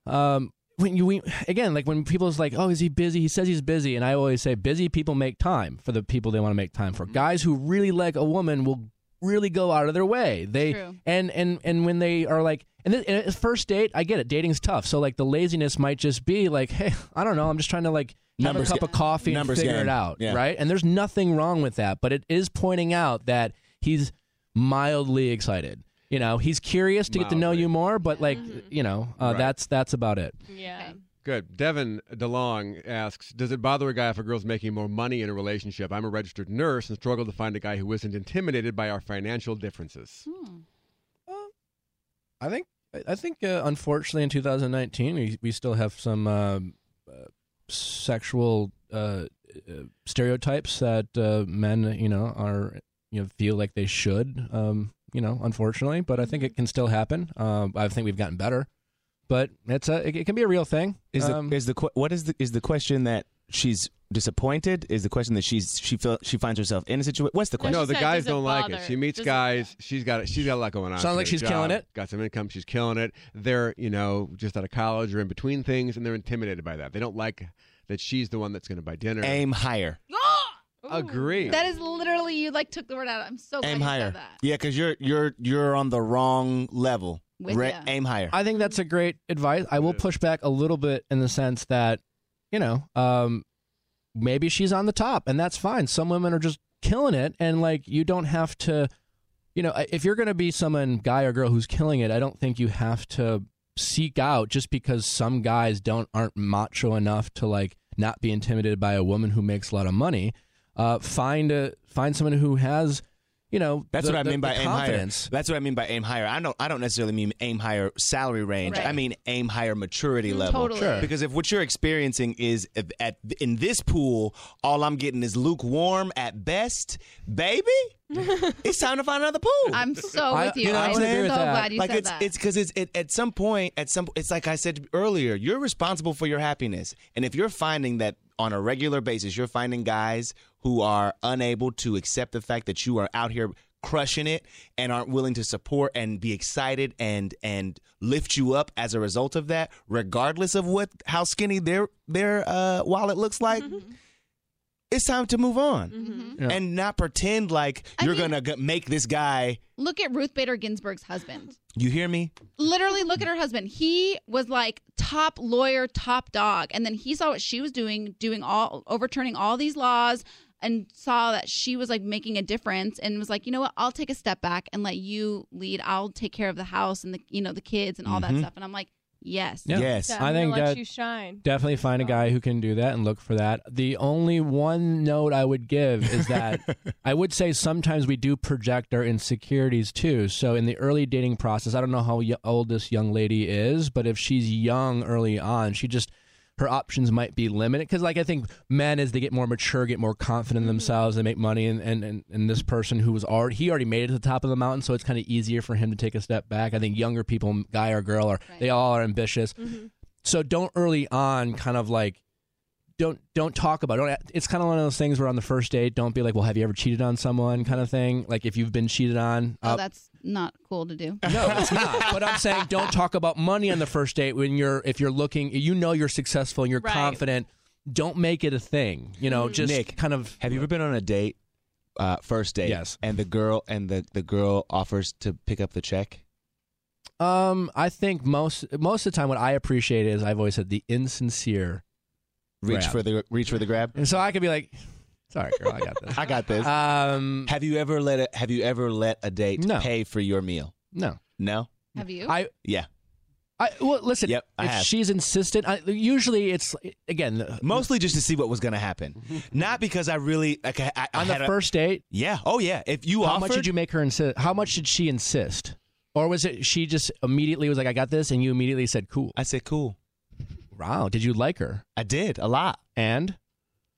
J: um, when you we, again, like when people's like, oh, is he busy? He says he's busy, and I always say, busy people make time for the people they want to make time for. Guys who really like a woman will really go out of their way. They
L: True.
J: and and and when they are like, and, this, and it's first date, I get it. Dating's tough, so like the laziness might just be like, hey, I don't know, I'm just trying to like. Have
K: Numbers
J: a cup
K: ga-
J: of coffee and
K: numbers
J: figure it
K: game.
J: out,
K: Yeah.
J: right? And there's nothing wrong with that, but it is pointing out that he's mildly excited. You know, he's curious to get to know you more, but like, you know, uh,
H: Right.
J: that's that's about it.
B: Yeah.
H: Good. Devin DeLong asks, "Does it bother a guy if a girl's making more money in a relationship? I'm a registered nurse and struggle to find a guy who isn't intimidated by our financial differences."
B: Hmm.
J: I think I think uh, unfortunately in 2019 we, we still have some um, uh, sexual uh, uh, stereotypes that uh, men you know are you know feel like they should um, you know unfortunately, but I think
K: Mm-hmm.
J: it can still happen. Um, I think we've gotten better, but it's a it, it can be a real thing.
K: Is the
J: Um,
K: is the que- what is the is the question that she's disappointed? Is the question that she's she feel she finds herself in a situation? What's the question?
H: No, the guys don't like it. She meets guys. She's got it. She's got a lot going on.
K: Sounds
H: She
K: like
H: got a
K: she's killing
H: job,
K: it.
H: Got some income. She's killing it. They're you know just out of college or in between things, and they're intimidated by that. They don't like that she's the one that's going to buy dinner.
K: Aim higher.
H: Agree.
A: That is literally, you like took the word out. I'm so glad
K: aim
A: you
K: higher.
A: said that.
K: Yeah, because you're you're you're on the wrong level.
A: With
K: Re-
A: ya.
K: aim higher.
J: I think that's a great advice. I will push back a little bit in the sense that, you know, um, maybe she's on the top and that's fine. Some women are just killing it. And like, you don't have to, you know, if you're going to be someone, guy or girl who's killing it, I don't think you have to seek out just because some guys don't aren't macho enough to like not be intimidated by a woman who makes a lot of money. Uh, find a find someone who has you know,
K: That's
J: the-
K: what I
J: the-
K: mean by
J: the
K: aim
J: confidence.
K: higher. That's what I mean by aim higher. I don't I don't necessarily mean aim higher salary range.
J: Right.
K: I mean aim higher maturity
J: Mm,
K: level.
J: totally. Sure.
K: Because if what you're experiencing is at, at in this pool, all I'm getting is lukewarm at best, baby. it's time to find another pool.
A: I'm so with you.
K: what
A: I'm
K: saying?
A: so glad you
K: like
A: said
K: it's,
A: that.
K: It's because it's it, at some point, at some, it's like I said earlier, you're responsible for your happiness, and if you're finding that on a regular basis, you're finding guys who are unable to accept the fact that you are out here crushing it and aren't willing to support and be excited and and lift you up as a result of that regardless of what how skinny their their uh wallet looks like it's time to move on
A: Mhm.
K: and not pretend like you're gonna g- make this guy
A: Look at Ruth Bader Ginsburg's husband.
K: you hear me
A: Literally, look at her husband. He was like top lawyer, top dog, and then he saw what she was doing, doing all overturning all these laws, and saw that she was like making a difference, and was like, you know what? I'll take a step back and let you lead. I'll take care of the house and the you know the kids and all that
J: Mhm.
A: stuff. And I'm like, yes,
J: Yeah. Yes.
B: Yeah,
J: I
B: I'm
J: think
B: gonna let
J: that-
B: you shine.
J: Definitely find a guy who can do that and look for that. The only one note I would give is that I would say sometimes we do project our insecurities too. So in the early dating process, I don't know how y- old this young lady is, but if she's young early on, she just her options might be limited because like i think men as they get more mature get more confident in themselves they make money and, and, and, and this person who was already he already made it to the top of the mountain so it's kind of easier for him to take a step back i think younger people guy or girl are they all are ambitious so don't early on kind of like don't don't talk about it. Don't- It's kind of one of those things where on the first date, don't be like, "Well, have you ever cheated on someone?" kind of thing. Like if you've been cheated on,
A: oh,
J: uh,
A: that's not cool to do.
J: no, it's not. but I'm saying don't talk about money on the first date when you're if you're looking, you know you're successful and you're
B: Right.
J: confident. Don't make it a thing. You know, just
K: Nick,
J: kind of.
K: Have you ever been on a date, uh, first date? Yes. And the girl and the, the girl offers to pick up the check.
J: Um, I think most most of the time, what I appreciate is I've always said the insincere
K: Reach
J: grab.
K: for the reach for the grab.
J: And so I could be like, "Sorry, girl, I got this.
K: I got this.
J: Um,
K: have you ever let a, have you ever let a date pay for your meal?
J: No.
K: No.
A: Have you?
J: I
K: Yeah.
J: I well, listen.
K: Yep, I
J: if
K: have.
J: she's insistent, I, usually it's again the-
K: Mostly just to see what was going to happen, not because I really like I, I- I
J: on the
K: had a-
J: first date.
K: Yeah. Oh yeah. If you
J: how
K: offered,
J: much did you make her insist? How much did she insist, or was it she just immediately was like, "I got this," and you immediately said, "Cool."
K: I said, "Cool."
J: Wow. Did you like her?
K: I did a lot.
J: And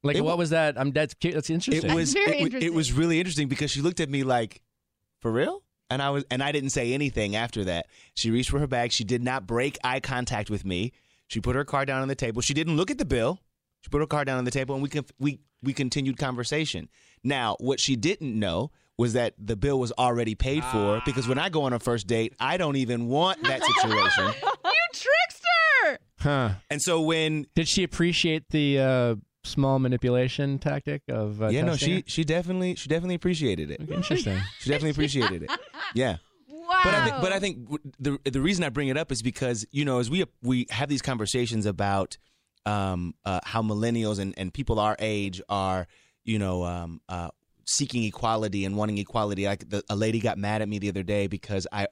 J: like,
K: It
J: what
K: wa-
J: was that? I'm that's cu- that's
K: It
J: interesting.
K: was it, wa- it was really interesting because she looked at me like, "For real?" And I was and I didn't say anything after that. She reached for her bag. She did not break eye contact with me. She put her card down on the table. She didn't look at the bill. She put her card down on the table, and we conf- we we continued conversation. Now, what she didn't know was that the bill was already paid
J: Ah.
K: for because when I go on a first date, I don't even want that situation.
A: you trickster!
J: huh.
K: And so when
J: did she appreciate the uh, small manipulation tactic of uh,
K: yeah, no,
J: testing
K: she
J: her?
K: she definitely she definitely appreciated it.
J: interesting.
K: she definitely appreciated it. Yeah.
A: Wow.
K: But I think, but I think w- the the reason I bring it up is because you know, as we we have these conversations about um, uh, how millennials and, and people our age are, you know, um, uh, seeking equality and wanting equality. Like the, a lady got mad at me the other day because I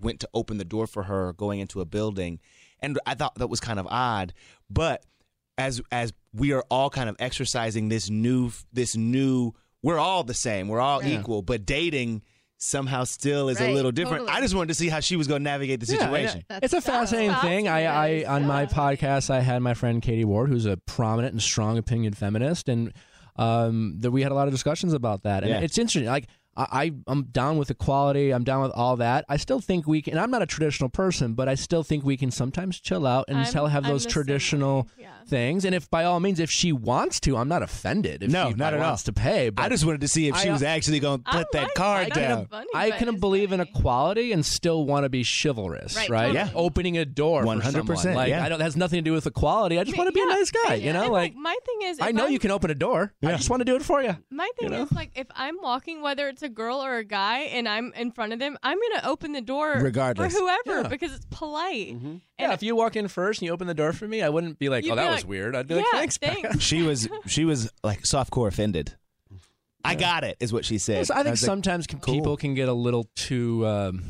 K: went to open the door for her going into a building, and I thought that was kind of odd. But as as we are all kind of exercising this new this new, we're all the same, we're all
J: Yeah.
K: equal, but dating somehow still is
J: Right,
K: a little different.
J: totally.
K: I just wanted to see how she was going to navigate the
J: Yeah, I know.
K: situation.
J: it's a fascinating thing. I, I on my podcast, I had my friend Katie Ward, who's a prominent and strong opinion feminist, and um, that we had a lot of discussions about that. And
K: Yeah.
J: it's interesting. Like I, I, am down with equality. I'm down with all that. I still think we can. And I'm not a traditional person, but I still think we can sometimes chill out and
K: I'm-
J: still have
K: I'm
J: those
K: the same
J: traditional things. And if by all means, if she wants to, I'm not offended. If
K: No,
J: she
K: not at all.
J: wants to pay. But
K: I just wanted to see if she
J: I-
K: was actually going to put that card
J: I
K: down.
J: can, I can believe in equality and still want to be chivalrous,
K: Right,
J: right?
K: totally. Yeah.
J: Opening a door, one
K: 100%,
J: Like
K: yeah.
J: I don't it has nothing to do with equality. I just want to be a nice guy, you know.
B: And,
J: Like,
B: my thing is,
J: I
B: if
J: know
B: I'm-
J: you can open a door. I just want to do it for you.
B: My thing
J: you know?
B: is like if I'm walking, whether it's a girl or a guy, and I'm in front of them, I'm gonna open the door
J: Regardless.
B: for whoever
J: Yeah. Mm-hmm.
B: because it's polite.
J: yeah, if you walk in first and you open the door for me, I wouldn't be like,
B: You'd
J: "Oh,
B: be
J: that
B: like,
J: was weird." I'd be like,
B: "Yeah,
J: "Thanks." Becca."
K: she was she was like softcore offended. I got it, is what she said.
J: So I think
K: was like,
J: sometimes can- people can get a little too, um,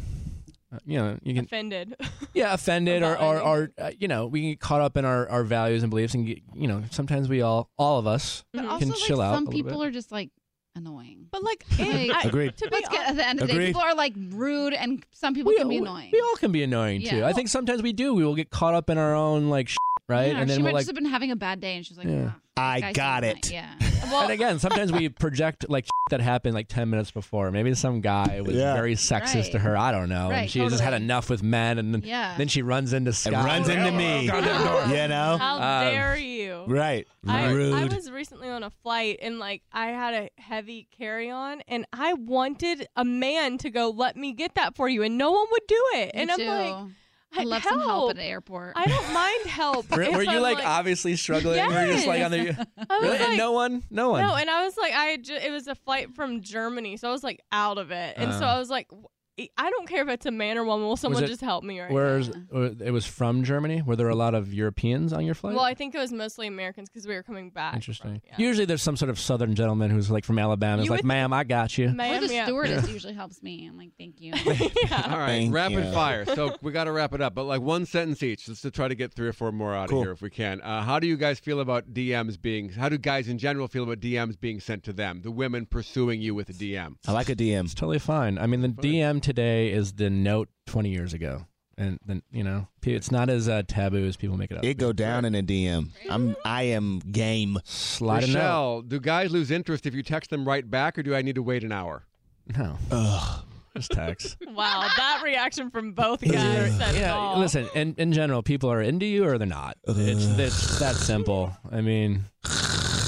J: uh, you know, you can
B: Offended.
J: yeah offended or or, or uh, you know we can get caught up in our, our values and beliefs and get, you know sometimes we all all of us
A: But
J: can
A: also,
J: chill
A: like,
J: out.
A: some
J: a little bit.
A: people are just like, I annoying.
B: But like, eh,
A: it,
J: I- Agreed.
B: To be
A: let's get at the end of the day,
J: Agreed.
A: people are like rude, and some people can be annoying.
J: We all can be annoying too.
A: Yeah.
J: I think sometimes we do. We will get caught up in our own like shit, right,
A: Yeah,
J: and
A: she
J: then
A: might
J: we're
A: just
J: like,
A: have been having a bad day, and she's like,
J: yeah.
B: Um,
A: "Ah, guy's not nice." Yeah.
J: and again, sometimes we project like shit that happened like ten minutes before. Maybe some guy was
A: Yeah.
J: very sexist to
A: Right.
J: her. I don't know,
A: Right,
J: and she just had
A: totally.
J: enough with men, and then,
A: Yeah.
J: then she runs into Scott.
K: runs into me. You know?
B: How
J: Um,
B: dare you?
K: Right.
B: I, I
K: Rude.
B: was recently on a flight and like I had a heavy carry on and I wanted a man to go let me get that for you and no one would do it.
A: Me
B: and
A: too.
B: I'm like,
A: I love some help at the airport.
B: I don't mind help.
J: Were,
B: if
J: were you
B: I'm,
J: like, obviously struggling? Were you just like on the
B: I was
J: really? And
B: like-
J: no one, no one.
B: No, and I was like, I ju- it was a flight from Germany, so I was like out of it, and so
J: Uh.
B: I was like, w- I don't care if it's a man or woman. Will someone
J: it-
B: just help me right
J: Whereas uh, it was from Germany. Were there a lot of Europeans on your
B: now?
J: flight?
B: Well, I think it was mostly Americans because we were coming back.
J: Interesting. Usually, there's some sort of Southern gentleman who's like from Alabama. Is
B: You
J: like,
B: would-
J: ma'am, I got you.
A: Or
B: Ma'am,
A: the
B: yeah.
A: stewardess usually helps me. I'm like, thank you.
H: All right,
K: Thank
H: rapid
K: you.
H: fire. So we got to wrap it up, but like one sentence each. Let's just try to get three or four more out
K: Cool.
H: of here if we can. Uh, how do you guys feel about DMs being? How do guys in general feel about DMs being sent to them? The women pursuing you with a DM.
K: I like a DM.
J: It's totally fine. I mean, the DM today is the note 20 years ago, and then you know, p- it's not as uh, taboo as people make it up.
K: It go down in a DM. I'm I am game.
J: Slide a note.
H: Michelle, do guys lose interest if you text them right back, or do I need to wait an hour?
J: No,
K: Ugh.
J: just text.
B: Wow, that reaction from both guys said it
J: yeah,
B: all.
J: listen. In, in general, people are into you or they're not. It's, it's that simple. I mean,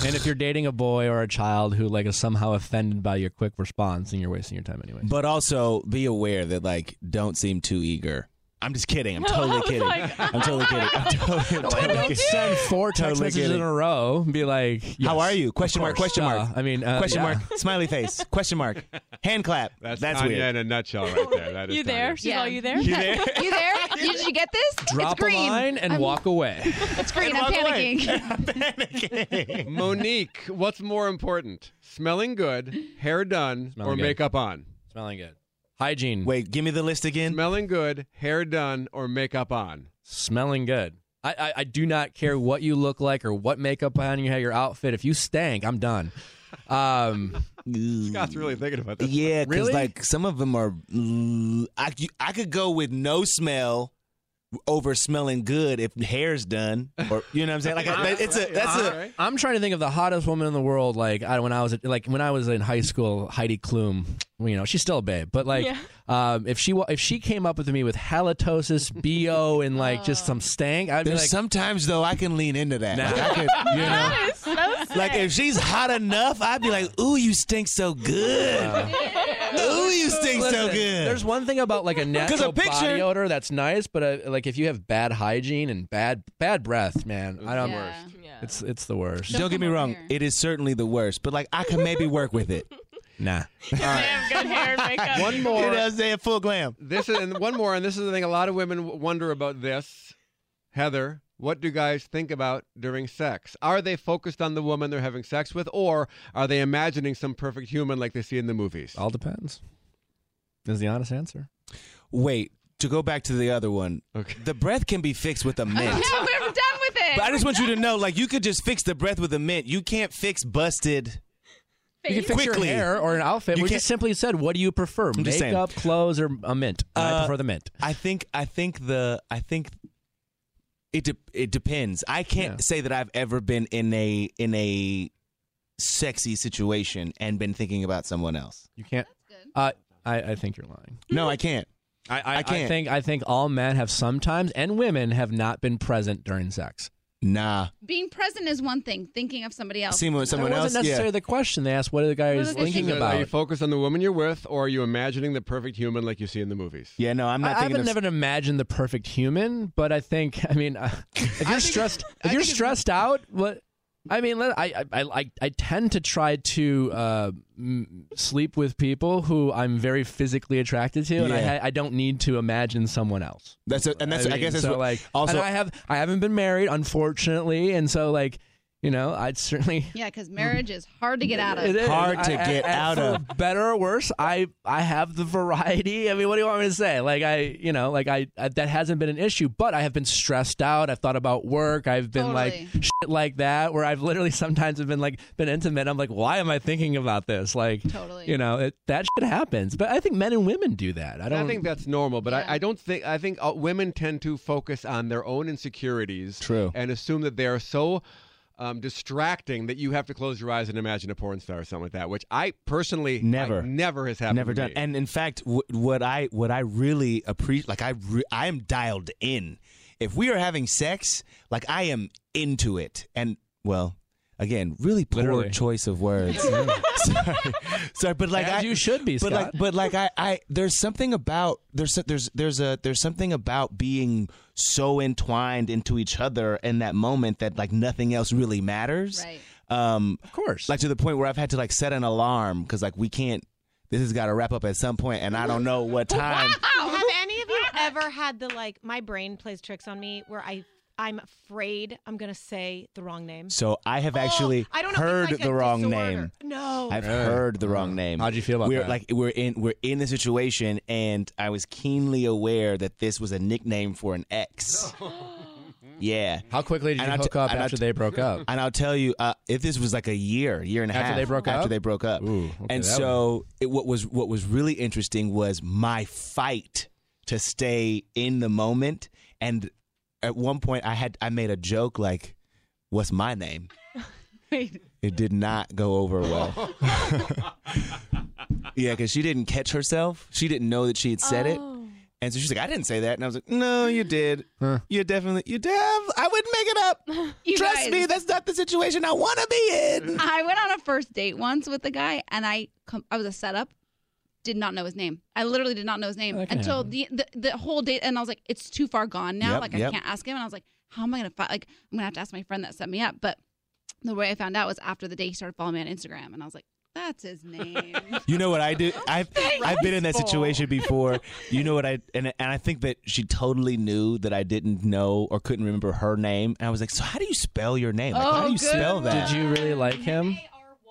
J: and if you're dating a boy or a child who like is somehow offended by your quick response, then you're wasting your time anyway.
K: But also be aware that like don't seem too eager. I'm just kidding. I'm
B: I
K: totally
B: was
K: kidding.
B: like-
K: I'm totally kidding. I'm totally, I'm totally kidding.
J: Send four text
K: Totally
J: messages in
K: kidding.
J: a row and be like,
K: How
J: yes,
K: are you?
J: of
K: Question mark,
J: course,
K: question
J: duh.
K: mark.
J: I mean, uh,
K: question
J: yeah.
K: mark. Smiley face. Question mark. Hand clap.
H: That's,
K: That's
H: Tanya
K: weird.
H: in a nutshell, right there. That is
B: You there?
H: Tanya.
B: She's
A: Yeah.
B: all you there?
K: You there?
A: you there? You, did you get this?
J: Drop
A: it's green.
J: a line and
A: I'm-
J: walk away.
A: It's green. I'm
K: walk away.
A: panicking.
H: Monique, what's more important, smelling good, hair done,
J: Smelling
H: or
J: good.
H: makeup on?
J: Smelling good. Hygiene.
K: Wait, give me the list again.
H: Smelling good, hair done, or makeup on?
J: Smelling good. I, I, I do not care what you look like or what makeup on you have, your outfit. If you stank, I'm done. Um,
H: Scott's really thinking about this.
K: Yeah, because
J: Really?
K: like some of them are. I c- I could go with no smell over smelling good if hair's done, or you know what I'm saying. Like I- it's a that's a.
H: Alright.
J: I'm trying to think of the hottest woman in the world. Like I, when I was like when I was in high school, Heidi Klum. well, You know, she's still a babe, but like
B: Yeah.
J: um, if she wa- if she came up with me with halitosis, bo, and like just some stank, I'd be
K: There's
J: like,
K: sometimes though I can lean into that.
J: Nah.
K: Like, I could, you know,
B: That is so sick.
K: like if she's hot enough, I'd be like, "Ooh, you stink so good. Ooh, you stink so
J: Listen, There's
K: good."
J: one thing about like a natural
K: a picture-
J: body odor that's nice, but uh like if you have bad hygiene and bad bad breath, man, I don't.
A: Yeah.
B: Yeah.
J: It's it's the worst.
A: Don't
K: Don't get me
A: come over
K: wrong,
A: here.
K: it is certainly the worst, but like I can maybe work with it.
J: Nah.
B: Damn good hair and makeup.
H: One
K: You know
H: more.
K: what I'm saying? Full glam.
H: this is, and one more, and this is the thing. A lot of women w- wonder about this. Heather, what do guys think about during sex? Are they focused on the woman they're having sex with, or are they imagining some perfect human like they see in the movies?
J: All depends. Is the honest answer.
K: Wait, to go back to the other one,
H: Okay.
K: the breath can be fixed with a mint.
A: Yeah, we're done with it.
K: But I just want you to know, like, you could just fix the breath with a mint. You can't fix busted.
J: You can fix
K: Quickly.
J: your hair or an outfit.
K: You
J: we
K: can't-
J: just simply said, "What do you prefer?
K: I'm just saying.
J: Makeup, clothes, or a mint?" I
K: Uh,
J: prefer the mint.
K: I think. I think the. I think. It de- it depends. I can't
J: Yeah.
K: say that I've ever been in a in a sexy situation and been thinking about someone else.
J: You can't. Uh, I I think you're lying.
K: No, I can't.
J: I, I,
K: I can't.
J: think I think all men have sometimes and women have not been present during sex.
K: Nah.
A: Being present is one thing. Thinking of somebody else.
K: Seeing with someone
J: that
K: else.
J: wasn't necessarily
K: Yeah.
J: the question. They asked, "What are the guys
A: What are they
J: thinking
A: thinking?
J: about?"
H: Are you focused on the woman you're with, or are you imagining the perfect human like you see in the movies?
K: Yeah. No, I'm
J: I
K: not
J: I
K: thinking.
J: haven't
K: of,
J: never imagined the perfect human, but I think I mean, uh, if you're stressed, if
H: I
J: you're
H: think it's-
J: stressed out, what I mean, let- I I I, I tend to try to uh, m- sleep with people who I'm very physically attracted to, and I
K: Yeah.
J: ha- I don't need to imagine someone else.
K: That's a, and that's. I,
J: mean,
K: guess that's
J: so
K: what,
J: like.
K: also.
J: and I have I haven't been married, unfortunately, and so like. You know, I'd certainly
A: Yeah, because marriage is hard to get out of.
J: It is. I- I- I- for
A: of.
J: Better or worse, I I have the variety. I mean, what do you want me to say? Like I, you know, like I, I that hasn't been an issue, but I have been stressed out. I've thought about work. I've been like shit like that, where I've literally sometimes have been like been intimate. I'm like, why am I thinking about this? Like, totally. You know, it, that shit happens. But I think men and women do that. I
H: I,
J: don't
H: think that's normal, but I, I don't think I think uh, women tend to focus on their own insecurities, true, and assume that they are so um, distracting that you have to close your eyes and imagine a porn star or something like that. Which I personally like,
K: Never.
H: never has happened.
K: Never
H: to
K: done.
H: me.
K: And in fact, w- what I what I really appreciate, like I re- I am dialed in. If we are having sex, like I am into it. And well, again, really poor
J: Literally.
K: choice of words. sorry, sorry, but like
J: As
K: I,
J: you should be,
K: But
J: Scott.
K: like, but like I, I there's something about there's so- there's there's a there's something about being so entwined into each other in that moment that like nothing else really matters.
A: Right.
K: Um, of
J: course.
K: Like to the point where I've had to like set an alarm because like we can't. This has got to wrap up at some point, and I don't know what time.
L: Have any of you ever had the like my brain plays tricks on me where I I'm afraid I'm gonna say the wrong name. Oh,
K: So I have actually
L: I don't know, it's
K: heard
L: like a
K: the wrong
L: disorder.
K: name.
L: No.
K: I've
L: Yeah.
K: heard the wrong name. How'd you feel
J: about
K: we're,
J: that?
K: Like we're in we're in the situation, and I was keenly aware that this was a nickname for an ex. Yeah.
J: How quickly did you hook up after they broke up?
K: And I'll tell you, uh, if this was like a year, year and a
J: After
K: half
J: they broke
K: after
J: up?
K: they broke up, and
J: that
K: so it, what was what was really interesting was my fight to stay in the moment. And at one point, I had I made a joke like, "What's my name?" It did not go over well. yeah, because she didn't catch herself. She didn't know that she had said
A: Oh.
K: it. And so she's like, I didn't say that. And I was like, No, you did. You definitely, you did. I wouldn't make it up.
A: You
K: Trust
A: guys-
K: me, that's not the situation I want to be in.
A: I went on a first date once with a guy, and I com- I was a setup. Did not know his name. I literally did not know his name
M: That can
A: until the, the the whole date, and I was like, "It's too far gone now.
M: Yep,
A: like I
M: yep.
A: can't ask him." And I was like, "How am I gonna find? Like I'm gonna have to ask my friend that set me up." But the way I found out was after the date, he started following me on Instagram, and I was like, "That's his name."
K: You know what I do? I've I've been in that
A: Graceful.
K: situation before. You know what I and and I think that she totally knew that I didn't know or couldn't remember her name. And I was like, so how do you spell your name? Like, how
J: Oh,
K: do you
J: good
K: spell that?
J: Did you really like him?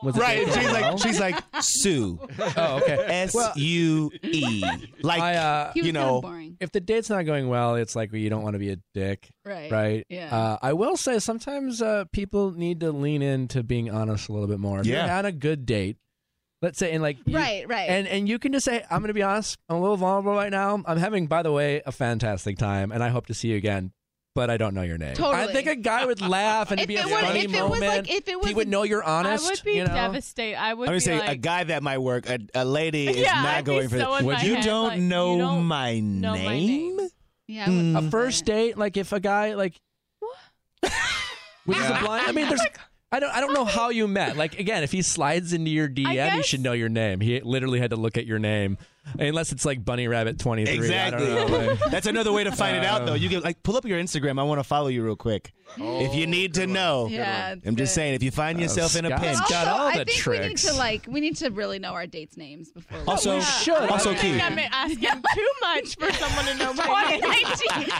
J: Was it
K: Right.
J: good?
K: She's
J: No?
K: like she's like Sue.
J: Oh, okay.
K: S
J: Well-
K: U E. Like
J: I, uh,
K: you know.
J: if the date's not going well, it's like well, you don't want to be a dick,
K: Right.
J: Right.
K: Yeah.
J: Uh, I will say sometimes uh, people need to lean into being honest a little bit more. If
K: Yeah.
J: You're on a good date. Let's say and like you-
A: Right, right.
J: and and you can just say I'm going to be honest. I'm a little vulnerable right now. I'm having, by the way, a fantastic time, and I hope to see you again. But I don't know your name. I
A: Totally.
J: think a guy would laugh and it'd be a
A: If it was-
J: funny
A: if it was
J: moment.
A: like- if it
J: he
A: was-
J: would know you're honest.
B: I would be
J: you know?
B: devastated. I would
K: I'm
B: be
K: gonna say
B: like,
K: a guy that might work. A, a lady is
B: Yeah,
K: not
B: I'd be
K: going for
B: so
K: that.
B: in my
K: you
B: head,
K: don't
B: like, you
K: know
B: don't
K: my
B: know my
K: name.
A: yeah.
J: Mm. a first date, like if a guy like which is a blind. I mean, there's. I don't. I don't know how you met. Like again, if he slides into your DM, you should know your name. He literally had to look at your name, unless it's like Bunny Rabbit twenty three.
K: Exactly. That's another way to find it out, though. You can like pull up your Instagram. I want to follow you real quick.
H: Oh,
K: if you need to know,
A: Yeah,
K: I'm
A: it's
K: just saying. If you find
J: Oh,
K: yourself in a
J: Scott's
K: pinch,
J: got Got all
A: I think we need to like we need to really know our dates' names before. we-
K: Also- Yeah. Sure.
B: I don't
K: Also,
B: think
K: Keith.
B: I'm asking too much for someone to know my name.
A: 2019. Aim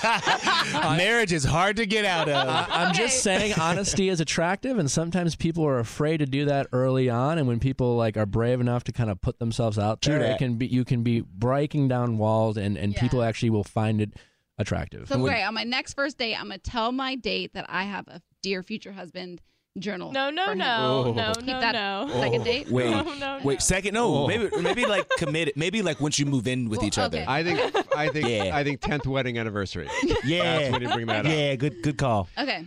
A: higher.
K: marriage is hard to get out of.
J: I, I'm just saying honesty is attractive, and sometimes people are afraid to do that early on. And when people like are brave enough to kind of put themselves out
K: True
J: there,
K: that.
J: it can be you can be breaking down walls, and and people actually will find it attractive.
A: So great. On my next first date, I'm gonna tell my date that I have a dear future husband journal. No, no,
B: no, Oh. no,
A: Keep
B: no,
A: that
B: no.
A: Second date.
K: Oh,
A: Oh,
K: Wait,
B: No, no,
K: wait, second. No,
H: Oh.
K: maybe maybe like committed. Maybe like once you move in with each other.
H: I think I think
K: Yeah.
H: I think tenth wedding anniversary.
K: Yeah.
H: That's when you bring that up.
K: Yeah, good good call.
A: Okay.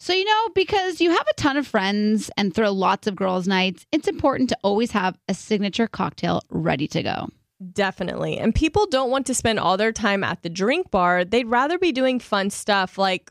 A: So, you know, because you have a ton of friends and throw lots of girls' nights, it's important to always have a signature cocktail ready to go.
B: Definitely. And people don't want to spend all their time at the drink bar. They'd rather be doing fun stuff like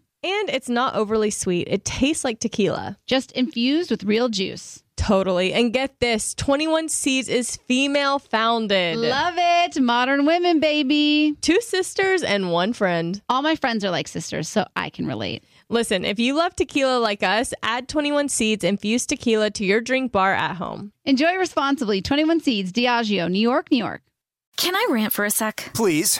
B: And it's not overly sweet. It tastes like tequila,
A: just infused with real juice.
B: Totally. And get this 21 Seeds is female founded.
A: Love it. Modern women, baby.
B: Two sisters and one friend.
A: All my friends are like sisters, so I can relate.
B: Listen, if you love tequila like us, add 21 Seeds infused tequila to your drink bar at home.
A: Enjoy responsibly. 21 Seeds, Diageo, New York, New York.
C: Can I rant for a sec?
D: Please.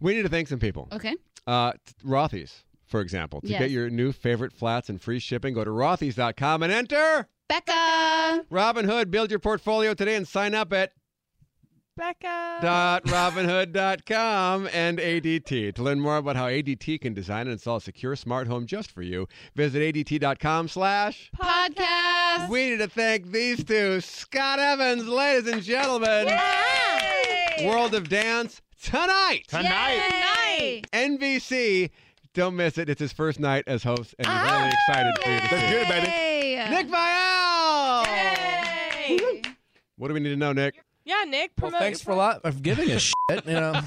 H: We need to thank some people.
A: Okay.
H: Uh, t- Rothy's, for example. To
A: Yes.
H: get your new favorite flats and free shipping, go to rothys.com and enter
A: Becca.
H: Robinhood. Build your portfolio today and sign up at
B: Becca.
H: dot robinhood.com and ADT. To learn more about how ADT can design and install a secure smart home just for you, visit ADT.com slash
A: Podcast.
H: We need to thank these two, Scott Evans, ladies and gentlemen. World of Dance tonight.
B: Tonight.
H: NBC. Don't miss it. It's his first night as host, and we're really excited for you to see. it. Nick Vial.
B: Hey.
H: What do we need to know, Nick?
B: Yeah, Nick, promote.
J: Thanks for a lot of giving a shit. You know,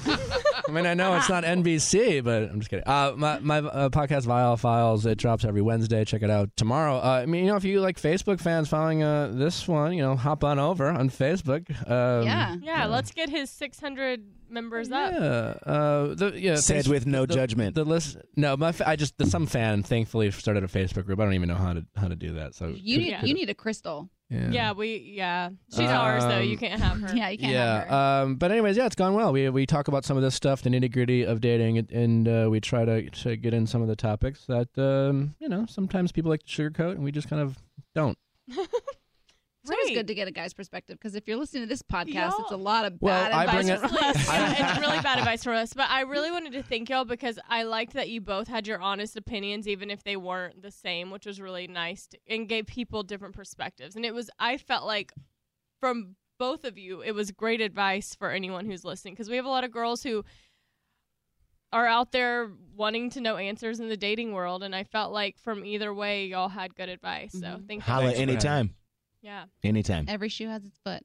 J: I mean, I know it's not NBC, but I'm just kidding. Uh, my my uh, podcast, Vile Files, it drops every Wednesday. Check it out tomorrow. Uh, I mean, you know, if you like Facebook fans following uh, this one, you know, hop on over on Facebook. Um,
A: Yeah.
B: Yeah, let's get his 600 members
J: Yeah.
B: up.
J: Uh, the, yeah.
K: Said
J: face-
K: with no
J: the-
K: judgment.
J: The list. No, my fa- I just the, some fan thankfully started a Facebook group. I don't even know how to how to do that. So
A: You need, you need a crystal.
J: Yeah.
B: Yeah, we, yeah. She's ours, though. You
J: Um,
B: can't have her.
A: Yeah, you can't
J: yeah.
A: have her.
J: Um, but anyways, yeah, it's gone well. We we talk about some of this stuff, the nitty gritty of dating, and- and uh, we try to, to get in some of the topics that um, you know sometimes people like to sugarcoat, and we just kind of don't.
B: Right.
A: always good to get a guy's perspective because if you're listening to this podcast, it's a lot of
J: Well,
A: bad
J: I
A: advice.
J: bring it-
A: for us.
B: yeah, it's really bad advice for us. But I really wanted to thank y'all because I liked that you both had your honest opinions, even if they weren't the same, which was really nice to, and gave people different perspectives. And it was, I felt like from both of you, it was great advice for anyone who's listening because we have a lot of girls who are out there wanting to know answers in the dating world. And I felt like from either way, y'all had good advice. So thank you.
K: Holla
B: guys for that.
K: anytime.
B: Yeah.
K: Anytime.
A: Every shoe has its foot,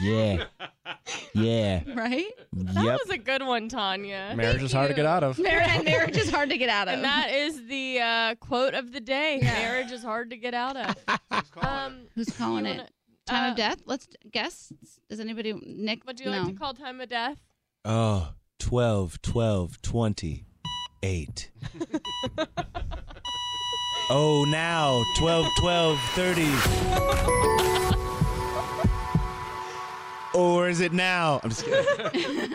K: Yeah. yeah.
A: right?
B: That
K: Yep.
B: was a good one, Tanya.
J: Marriage is hard to get out of.
A: Mar- and marriage is hard to get out of.
B: And that is the uh, quote of the day. Marriage is hard to get out of. um,
A: Who's calling
B: you
A: it?
B: wanna-
A: time
B: uh,
A: of death? Let's guess. Does anybody? Nick?
B: Would you like to call time of death?
K: Oh, 12, 12, 20, 8. oh, now 12, 12, 30. or is it now? I'm just kidding.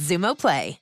M: Zumo Play.